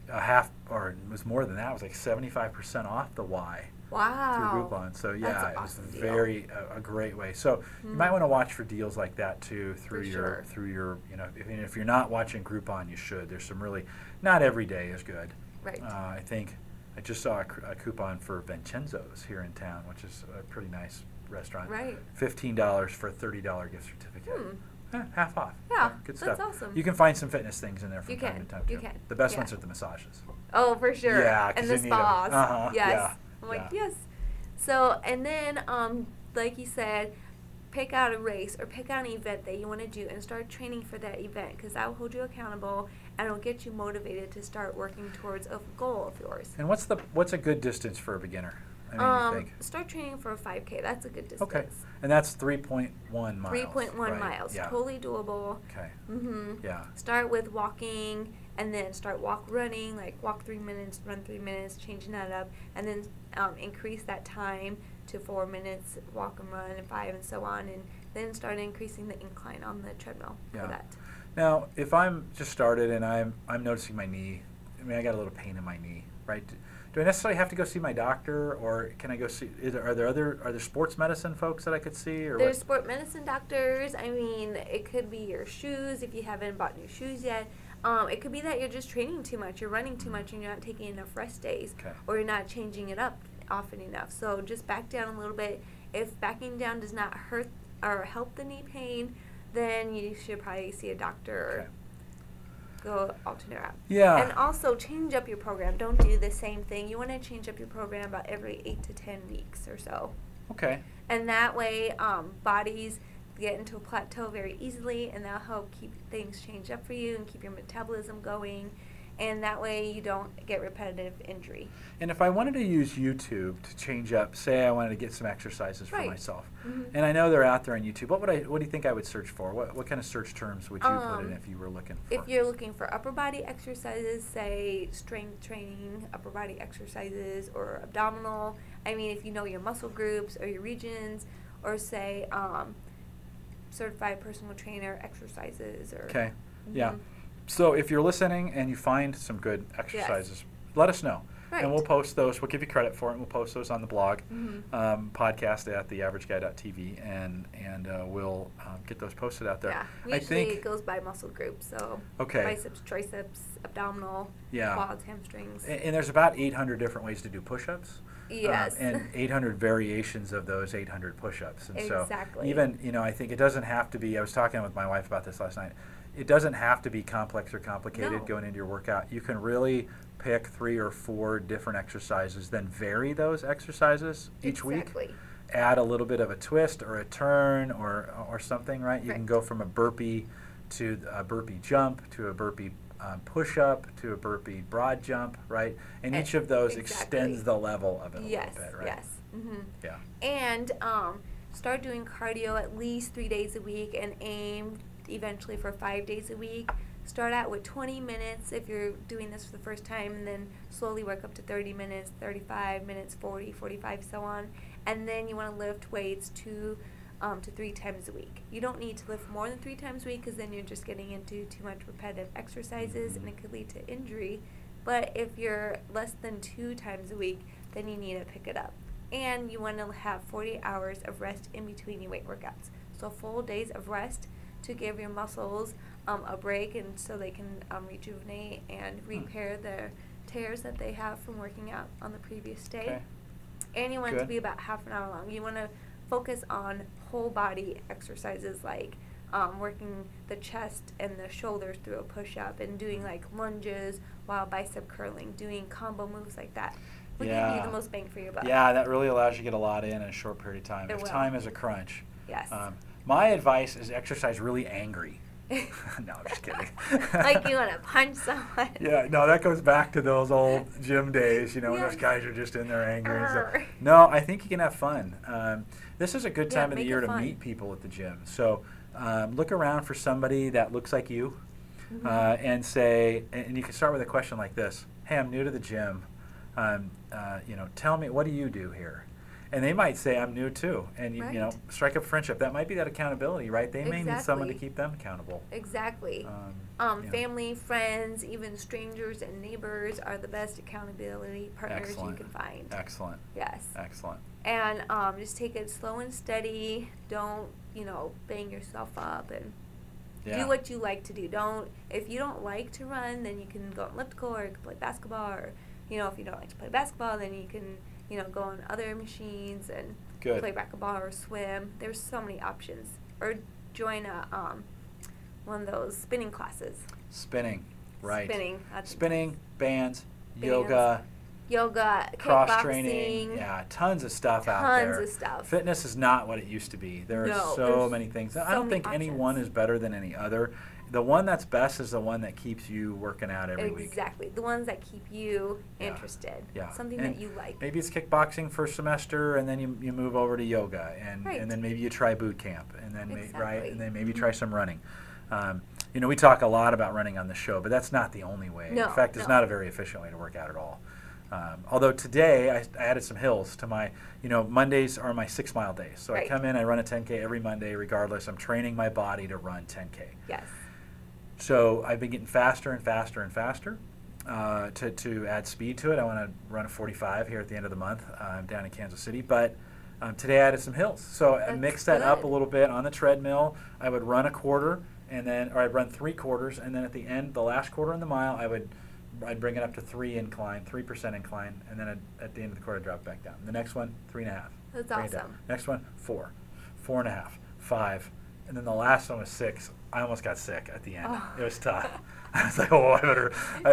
a half, or it was more than that. It was like seventy five percent off the Y through
Wow.
Groupon. So
Oh, That's
yeah,
an
it was
awesome deal.
very a, a great way. So you might
Mhm.
want to watch for deals like that too through
For
your
sure.
through your you know if, and if you're not watching Groupon, you should. There's some really not every day is good.
Right.
Uh, I think I just saw a, cou- a coupon for Vincenzo's here in town, which is a pretty nice restaurant.
Right.
Fifteen dollars for a thirty dollar gift certificate.
Hmm.
Eh, half off.
Yeah,
good
that's
stuff.
awesome.
You can find some fitness things in there from
You
time
can,
to time too.
you can,
The best
yeah.
ones are the massages.
Oh, for sure.
Yeah, 'cause
and the
you need 'em.
spas.
Uh-huh,
Yes.
yeah,
I'm like,
yeah.
yes. So, and then, um, like you said, pick out a race or pick out an event that you want to do and start training for that event because that will hold you accountable and it'll get you motivated to start working towards a goal of yours.
And what's the what's a good distance for a beginner? I mean, you
um,
think?
start training for a 5K. That's a good distance.
Okay, and that's 3.1 miles.
3.1
right?
miles.
Yeah.
Totally doable.
Okay.
Mm-hmm.
Yeah.
Start with walking and then start walk running like walk three minutes run three minutes changing that up and then um, increase that time to four minutes walk and run and five and so on and then start increasing the incline on the treadmill
Yeah.
for that
Now, if I'm just started and I'm I'm noticing my knee, I mean, I got a little pain in my knee, right? Do, do I necessarily have to go see my doctor, or can I go see? Is there, are there other are there sports medicine folks that I could see, or
There's
what?
sport medicine doctors. I mean, it could be your shoes if you haven't bought new shoes yet. Um, it could be that you're just training too much, you're running too much, and you're not taking enough rest days,
Okay.
or you're not changing it up often enough. So just back down a little bit. If backing down does not hurt or help the knee pain, then you should probably see a doctor
Okay.
or go alternate route.
Yeah.
And also change up your program. Don't do the same thing. You want to change up your program about every eight to ten weeks or so
Okay.
and that way um, bodies get into a plateau very easily and that'll help keep things change up for you and keep your metabolism going and that way you don't get repetitive injury
And if I wanted to use YouTube to change up, say I wanted to get some exercises for
Right.
myself,
Mhm.
and I know they're out there on YouTube, what would I? What do you think I would search for? What what kind of search terms would you put in
Um,
if you were looking for?
if you're looking for upper body exercises say strength training upper body exercises or abdominal i mean if you know your muscle groups or your regions or say um, certified personal trainer exercises or
Okay. Yeah.
Mhm.
So if you're listening and you find some good exercises, let us know. And we'll
Right.
post those. We'll give you credit for it. And we'll post those on the blog,
Mhm.
um, podcast at theaverageguy.tv, and and uh, we'll um, get those posted out there.
Yeah,
I
usually
think
it goes by muscle group. So
Okay.
biceps, triceps, abdominal,
Yeah.
quads, hamstrings.
A- And, there's about 800 different ways to do push-ups. um,
Yes.
and 800 variations of those 800 push-ups. And so
Exactly.
even, you know, I think it doesn't have to be I was talking with my wife about this last night. It doesn't have to be complex or complicated
No.
going into your workout. You can really pick three or four different exercises, then vary those exercises each
Exactly.
week. Add a little bit of a twist or a turn or or something, right? You can
Right.
go from a burpee to a burpee jump to a burpee um, push up to a burpee broad jump, right? And
E-
each of those
exactly.
extends the level of it a
Yes.
little bit, right?
Yes. hmm
Yeah.
And um, start doing cardio at least three days a week and aim eventually for five days a week. Start out with 20 minutes if you're doing this for the first time, and then slowly work up to 30 minutes, 35 minutes, 40, 45, so on. And then you want to lift weights two um, to three times a week. You don't need to lift more than three times a week because then you're just getting into too much repetitive exercises
Mm-hmm.
and it could lead to injury. But if you're less than two times a week, then you need to pick it up. And you want to have 40 hours of rest in between your weight workouts. So, full days of rest to give your muscles um, a break and so they can um, rejuvenate and repair their tears that they have from working out on the previous day.
Okay.
And you want it
Good.
to be about half an hour long. You want to focus on whole body exercises like um, working the chest and the shoulders through a push up and doing
Mm-hmm.
like lunges while bicep curling, doing combo moves like that. We give
Yeah.
you the most bang for your buck.
Yeah, that really allows you to get a lot in in a short period of time.
It
if
will.
time is a crunch.
Yes.
Um, my advice is exercise really angry. no, I'm just kidding.
like you want to punch someone.
Yeah, no, that goes back to those old gym days, you know, when those
Yes.
guys are just in their anger. And stuff.
Arr.
No, I think you can have fun. Um, this is a good
Yeah,
time of the
make it
year to
fun.
meet people at the gym. So um, look around for somebody that looks like you
Mm-hmm.
uh, and say, and and you can start with a question like this Hey, I'm new to the gym. Um, uh, you know, tell me, what do you do here? And they might say, I'm new too. And, you, you know,
Right.
strike up friendship. That might be that accountability, right? They may need someone to
Exactly.
keep them accountable.
Exactly.
Um,
Um,
yeah.
Family, friends, even strangers and neighbors are the best accountability partners
Excellent.
you can find.
Excellent.
Yes.
Excellent.
And um, just take it slow and steady. Don't, you know, bang yourself up and
Yeah.
do what you like to do. Don't, if you don't like to run, then you can go on elliptical or you can play basketball or, you know, if you don't like to play basketball, then you can, you know, go on other machines and
Good.
play racquetball or swim. There's so many options. Or join a, um, one of those spinning classes.
Spinning. Right.
Spinning. that's-
Spinning, bands,
Bands,
yoga,
Yoga,
cross training.
kickboxing.
Yeah, tons of stuff out
Tons
there.
of stuff.
Fitness is not what it used to be. There are
No,
so
there's
many things.
so
I don't
many
think any
options.
one is better than any other. The one that's best is the one that keeps you working out every week.
Exactly. The ones that keep you
Yeah.
interested.
Yeah.
Something
And
that you like.
Maybe it's kickboxing for a semester, and then you, you move over to yoga, and,
Right.
and then maybe you try boot camp, and then may- right,
Exactly.
and then maybe try
Mhm.
some running. Um, you know, we talk a lot about running on the show, but that's not the only way.
No,
In fact, it's
no.
not a very efficient way to work out at all. Um, although today I, I added some hills to my, you know, Mondays are my six mile days. So I
Right.
come in, I run a 10K every Monday, regardless. I'm training my body to run 10K.
Yes.
So I've been getting faster and faster and faster uh, to, to add speed to it. I want to run a 45 here at the end of the month. Uh, I'm down in Kansas City, but um, today I added some hills. So I
That's
mixed that up a
good.
little bit on the treadmill. I would run a quarter and then, or I'd run three quarters, and then at the end, the last quarter in the mile, I would. I'd bring it up to three incline, three percent incline, and then I'd, at the end of the quarter, I'd drop back down. The next one, three and a half.
That's
Bring it down.
awesome.
Next one, four, four and a half, five, and then the last one was six. I almost got sick at the end.
Oh.
It was tough. I was like, oh, I better, I,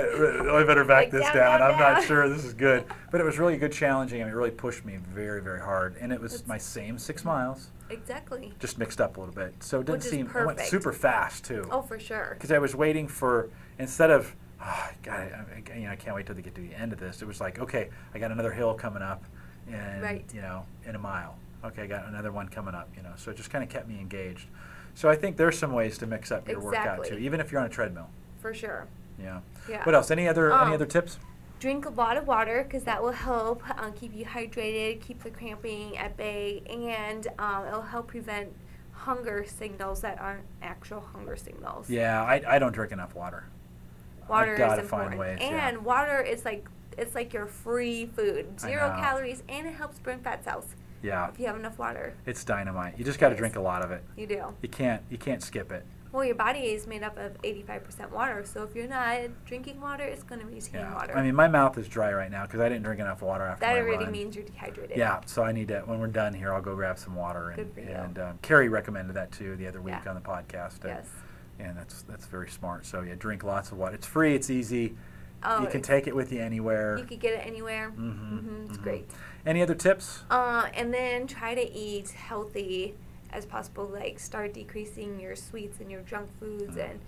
I better back
Like,
this
down,
down.
down,
I'm
down."
not sure this is good, but it was really good, challenging, and it really pushed me very, very hard. And it was
That's-
my same six miles,
Exactly.
just mixed up a little bit, so it didn't
Which is
seem. I went
perfect.
super fast too
Oh, for sure.
because I was waiting for instead of oh, God, I, I, you know, I can't wait till they get to the end of this. It was like, okay, I got another hill coming up, and
Right.
you know, in a mile. Okay, I got another one coming up. You know, so it just kind of kept me engaged. So I think there's some ways to mix up your workout too,
Exactly.
even if you're on a treadmill.
For sure.
Yeah.
Yeah.
What else? Any other
Um,
any other tips?
Drink a lot of water because that will help um, keep you hydrated, keep the cramping at bay, and um, it'll help prevent hunger signals that aren't actual hunger signals.
Yeah, I, I don't drink enough water.
water
I've got
is
to find
important.
ways. yeah.
and water is like it's like your free food,
I
zero
know.
calories, and it helps burn fat cells
yeah,
if you have enough water.
it's dynamite. You just got to
Yes.
drink a lot of it.
You do.
You can't you can't skip it.
Well, your body is made up of 85% water, so if you're not drinking water, it's going to retain
Yeah.
water.
I mean, my mouth is dry right now because I didn't drink enough water after
that
my
already
run.
means you're dehydrated.
Yeah, so I need to, when we're done here, I'll go grab some water. And,
Good for you.
And um, Carrie recommended that too the other week
Yeah.
on the podcast. And,
Yes.
And that's that's very smart. So yeah, drink lots of water. It's free. It's easy.
Oh,
you can
it's-
take it with you anywhere.
You could get it anywhere.
Mhm,
Mhm, It's
mhm.
great.
Any other tips?
Uh, and then try to eat healthy as possible. Like start decreasing your sweets and your junk foods,
Mm.
and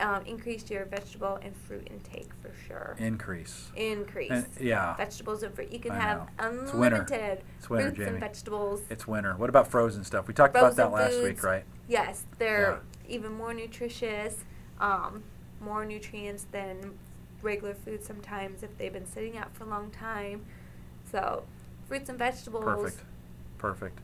um, increase your vegetable and fruit intake for sure.
Increase.
increase.
And- yeah.
Vegetables and fruit. You can
I
have
know. It's winter.
unlimited
It's winter,
fruits
Jamie.
and vegetables.
It's winter. What about frozen stuff? We talked about that
Frozen
last week,
foods.
right?
yes, they're even more nutritious, um, more nutrients than regular food sometimes if they've been sitting out for a long time. So, fruits and vegetables.
Perfect. Perfect.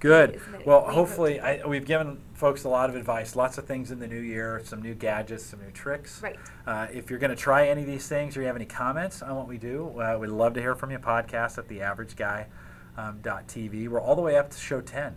Good.
Isn't it
Well,
great
hopefully,
protein?
I, we've given folks a lot of advice, lots of things in the new year, some new gadgets, some new tricks.
Right.
Uh, if you're going to try any of these things or you have any comments on what we do, uh, we'd love to hear from you. Podcast at um, theaverageguy.tv. We're all the way up to show 10. Isn't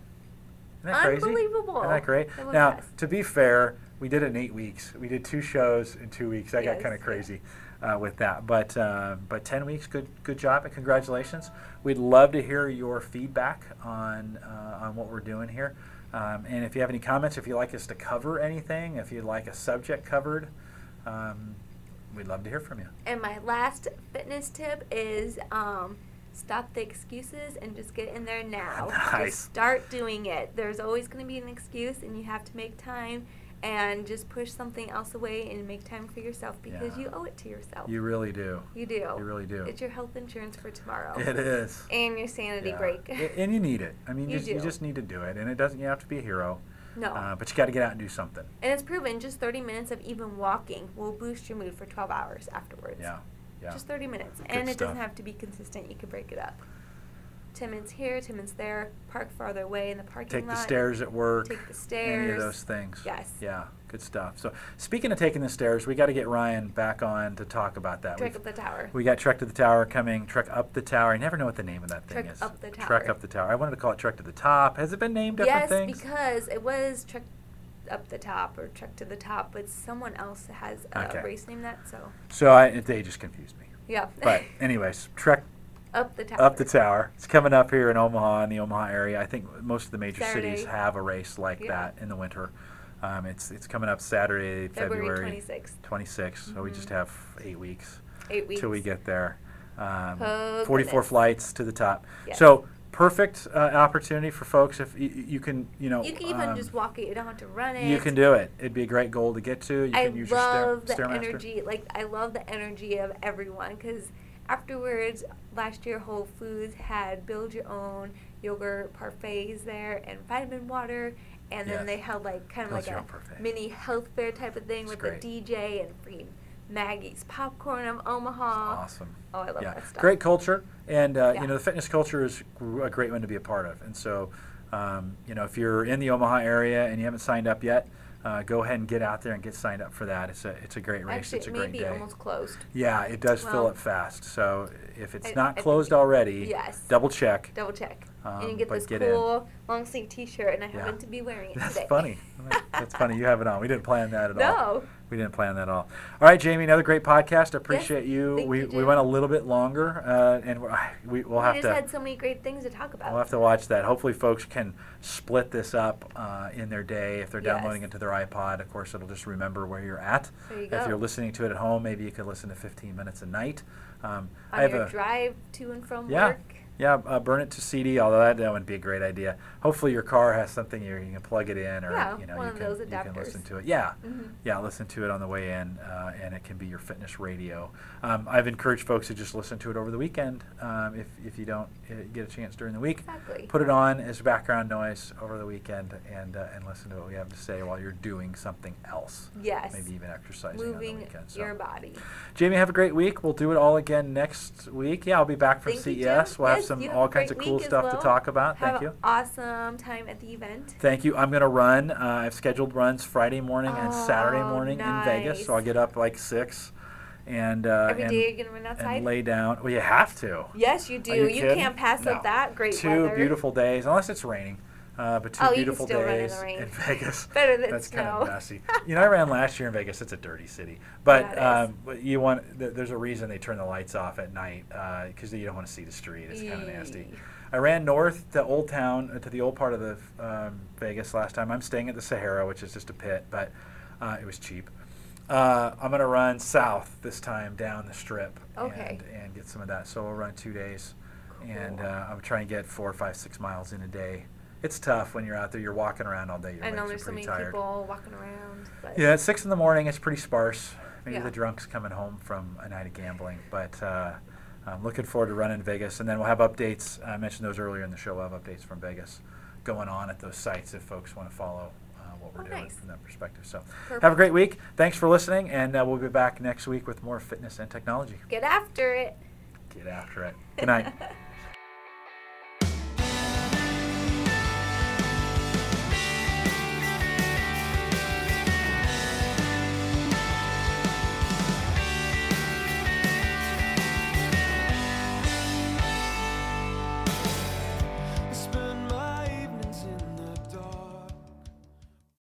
that crazy?
Unbelievable.
Isn't that great?
That was
now,
fast.
to be fair, we did it in eight weeks. We did two shows in two weeks. That got
Yes,
kind of
yeah.
crazy uh, with that. But uh, but ten weeks, good good job and congratulations. We'd love to hear your feedback on uh, on what we're doing here. Um, and if you have any comments, if you'd like us to cover anything, if you'd like a subject covered, um, we'd love to hear from you.
And my last fitness tip is um, stop the excuses and just get in there now.
Nice.
Just start doing it. There's always going to be an excuse, and you have to make time and just push something else away and make time for yourself because
Yeah.
you owe it to yourself.
You really do.
You do.
You really do.
It's your health insurance for tomorrow.
It is.
And your sanity
Yeah.
break.
A- and you need it. I mean, you,
You
just, you
do.
just need to do it, and it doesn't. You have to be a hero.
No.
Uh, but you got to get out and do something.
and it's proven just 30 minutes of even walking will boost your mood for 12 hours afterwards.
Yeah. Yeah.
Just 30 minutes.
Good
and it
stuff.
doesn't have to be consistent. You can break it up. 10 minutes here, 10 minutes there, park farther away in the parking
Take
lot.
the stairs at work.
Take the
Any of
stairs.
those things.
Yes.
Yeah. Good stuff. So speaking of taking the stairs, we got to get Ryan back on to talk about that.
Trek
We've-
up the tower.
We got Trek to the Tower coming. Trek up the Tower. I never know what the name of that thing
Trek
is.
Up the
Trek
Tower.
up the Tower. I wanted to call it Trek to the Top. Has it been named different
yes,
things?
because it was Trek up the top or Trek to the top, but someone else has a
Okay.
race name that, so
So I, they just confused me.
yeah.
But anyways, Trek
up the tower.
up the tower. It's coming up here in Omaha, in the Omaha area. I think most of the major
Saturday.
cities have a race like
Yeah.
that in the winter. Um, it's it's coming up Saturday,
February
February
26th.
26th. So we
Mhm.
just have eight weeks
Eight weeks.
till we get there. Um,
Oh,
44
goodness.
flights to the top.
Yes.
So perfect uh, opportunity for folks if you, you can you know
You can even
um,
just walk it. You don't have to run it.
You can do it. It'd be a great goal to get to. You
I
can use
love
your stair,
the
stairmaster.
energy. Like I love the energy of everyone because afterwards, last year Whole Foods had build your own. yogurt parfaits there and vitamin water. And then
Yes.
they held like kind of
That's
like
your
a
own parfait.
mini health fair type of thing
It's
with
great.
the DJ and free Maggie's popcorn of Omaha.
Awesome.
Oh, I love that stuff.
Great culture, and uh,
Yeah.
you know the fitness culture is gr- a great one to be a part of. And so, um, you know, if you're in the Omaha area and you haven't signed up yet, uh, go ahead and get out there and get signed up for that. It's a it's a great race.
Actually,
it's a
it may
great
be
day.
almost closed.
yeah, it does fill
Well,
up fast. So if it's
I- I
not
think-
closed already,
Yes.
double check.
Double check. and
Um,
you get
but
this
get in.
cool long sleeve t shirt, and I
Yeah.
happen to be wearing it
That's
today.
funny. That's funny. You have it on. We didn't plan that at all.
No.
We didn't plan that at all. All right, Jamie, another great podcast. I appreciate you.
thank
We,
you,
we
Jim.
went a little bit longer, uh, and we're, we, we'll
we
have
just
to.
had so many great things to talk about.
We'll have to watch that. Hopefully, folks can split this up uh, in their day if they're
Yes.
downloading it to their iPod. Of course, it'll just remember where you're at.
There you
If
go.
you're listening to it at home, maybe you could listen to 15 minutes a night. Um,
On
I have
your
a
drive to and from
yeah,
work.
yeah. Uh, burn it to CD. Although that, that would be a great idea. Hopefully, your car has something you, you can plug it in, or
Yeah,
you know,
one
you
of
can,
those
you can
adapters.
listen to it. Yeah,
Mhm.
yeah. Listen to it on the way in, uh, and it can be your fitness radio. Um, I've encouraged folks to just listen to it over the weekend um, if if you don't uh, get a chance during the week
Exactly.
put it on as background noise over the weekend and uh, and listen to what we have to say while you're doing something else.
Yes.
Maybe even exercising on the
Moving
weekend. So.
your body.
Jamie, have a great week. We'll do it all again next week. Yeah, I'll be back from
Thank
CES.
you, Jim.
E We'll have
Yes,
some
you
all
a great
kinds of cool
week as
stuff to
well.
talk about.
Have
Thank
an
you.
Awesome time at the event.
Thank you. I'm going to run. Uh, I've scheduled runs Friday morning and Saturday
Oh,
morning in Vegas, so
nice.
I'll get up like six, and uh,
Every
and,
day you're gonna run outside.
and lay down. Well, you have to.
yes, you do.
Are you, kidding?
can't pass
No.
up that great
Two
weather.
beautiful days, unless it's raining. Uh, but two
Oh, you can
beautiful
still run in the
days
rain.
Vegas.
Better than
That's kind
snow.
of messy. You know, I ran last year in Vegas. It's a dirty city, but
Yeah, it is.
um, but you want th- there's a reason they turn the lights off at night because you don't want to see the street. It's kind of nasty.
Eee.
I ran north to Old Town uh, to the old part of the um, Vegas last time. I'm staying at the Sahara, which is just a pit, but uh, it was cheap. Uh, I'm gonna run south this time down the Strip
Okay.
and, and get some of that. So we'll run two days, and
Cool.
uh, I'm trying to get four, five, six miles in a day. It's tough when you're out there. You're walking around all day. Your
I know
legs
there's
are
so
pretty
many
tired.
people walking around. But
Yeah, at six in the morning, it's pretty sparse. Maybe
Yeah.
the drunk's coming home from a night of gambling, but uh, I'm looking forward to running Vegas, and then we'll have updates. I mentioned those earlier in the show. We'll have updates from Vegas going on at those sites if folks want to follow uh, what we're
Oh,
doing
nice.
from that perspective. So, have a
Perfect.
great week. Thanks for listening, and uh, we'll be back next week with more fitness and technology.
Get after it.
Get after it. Good night.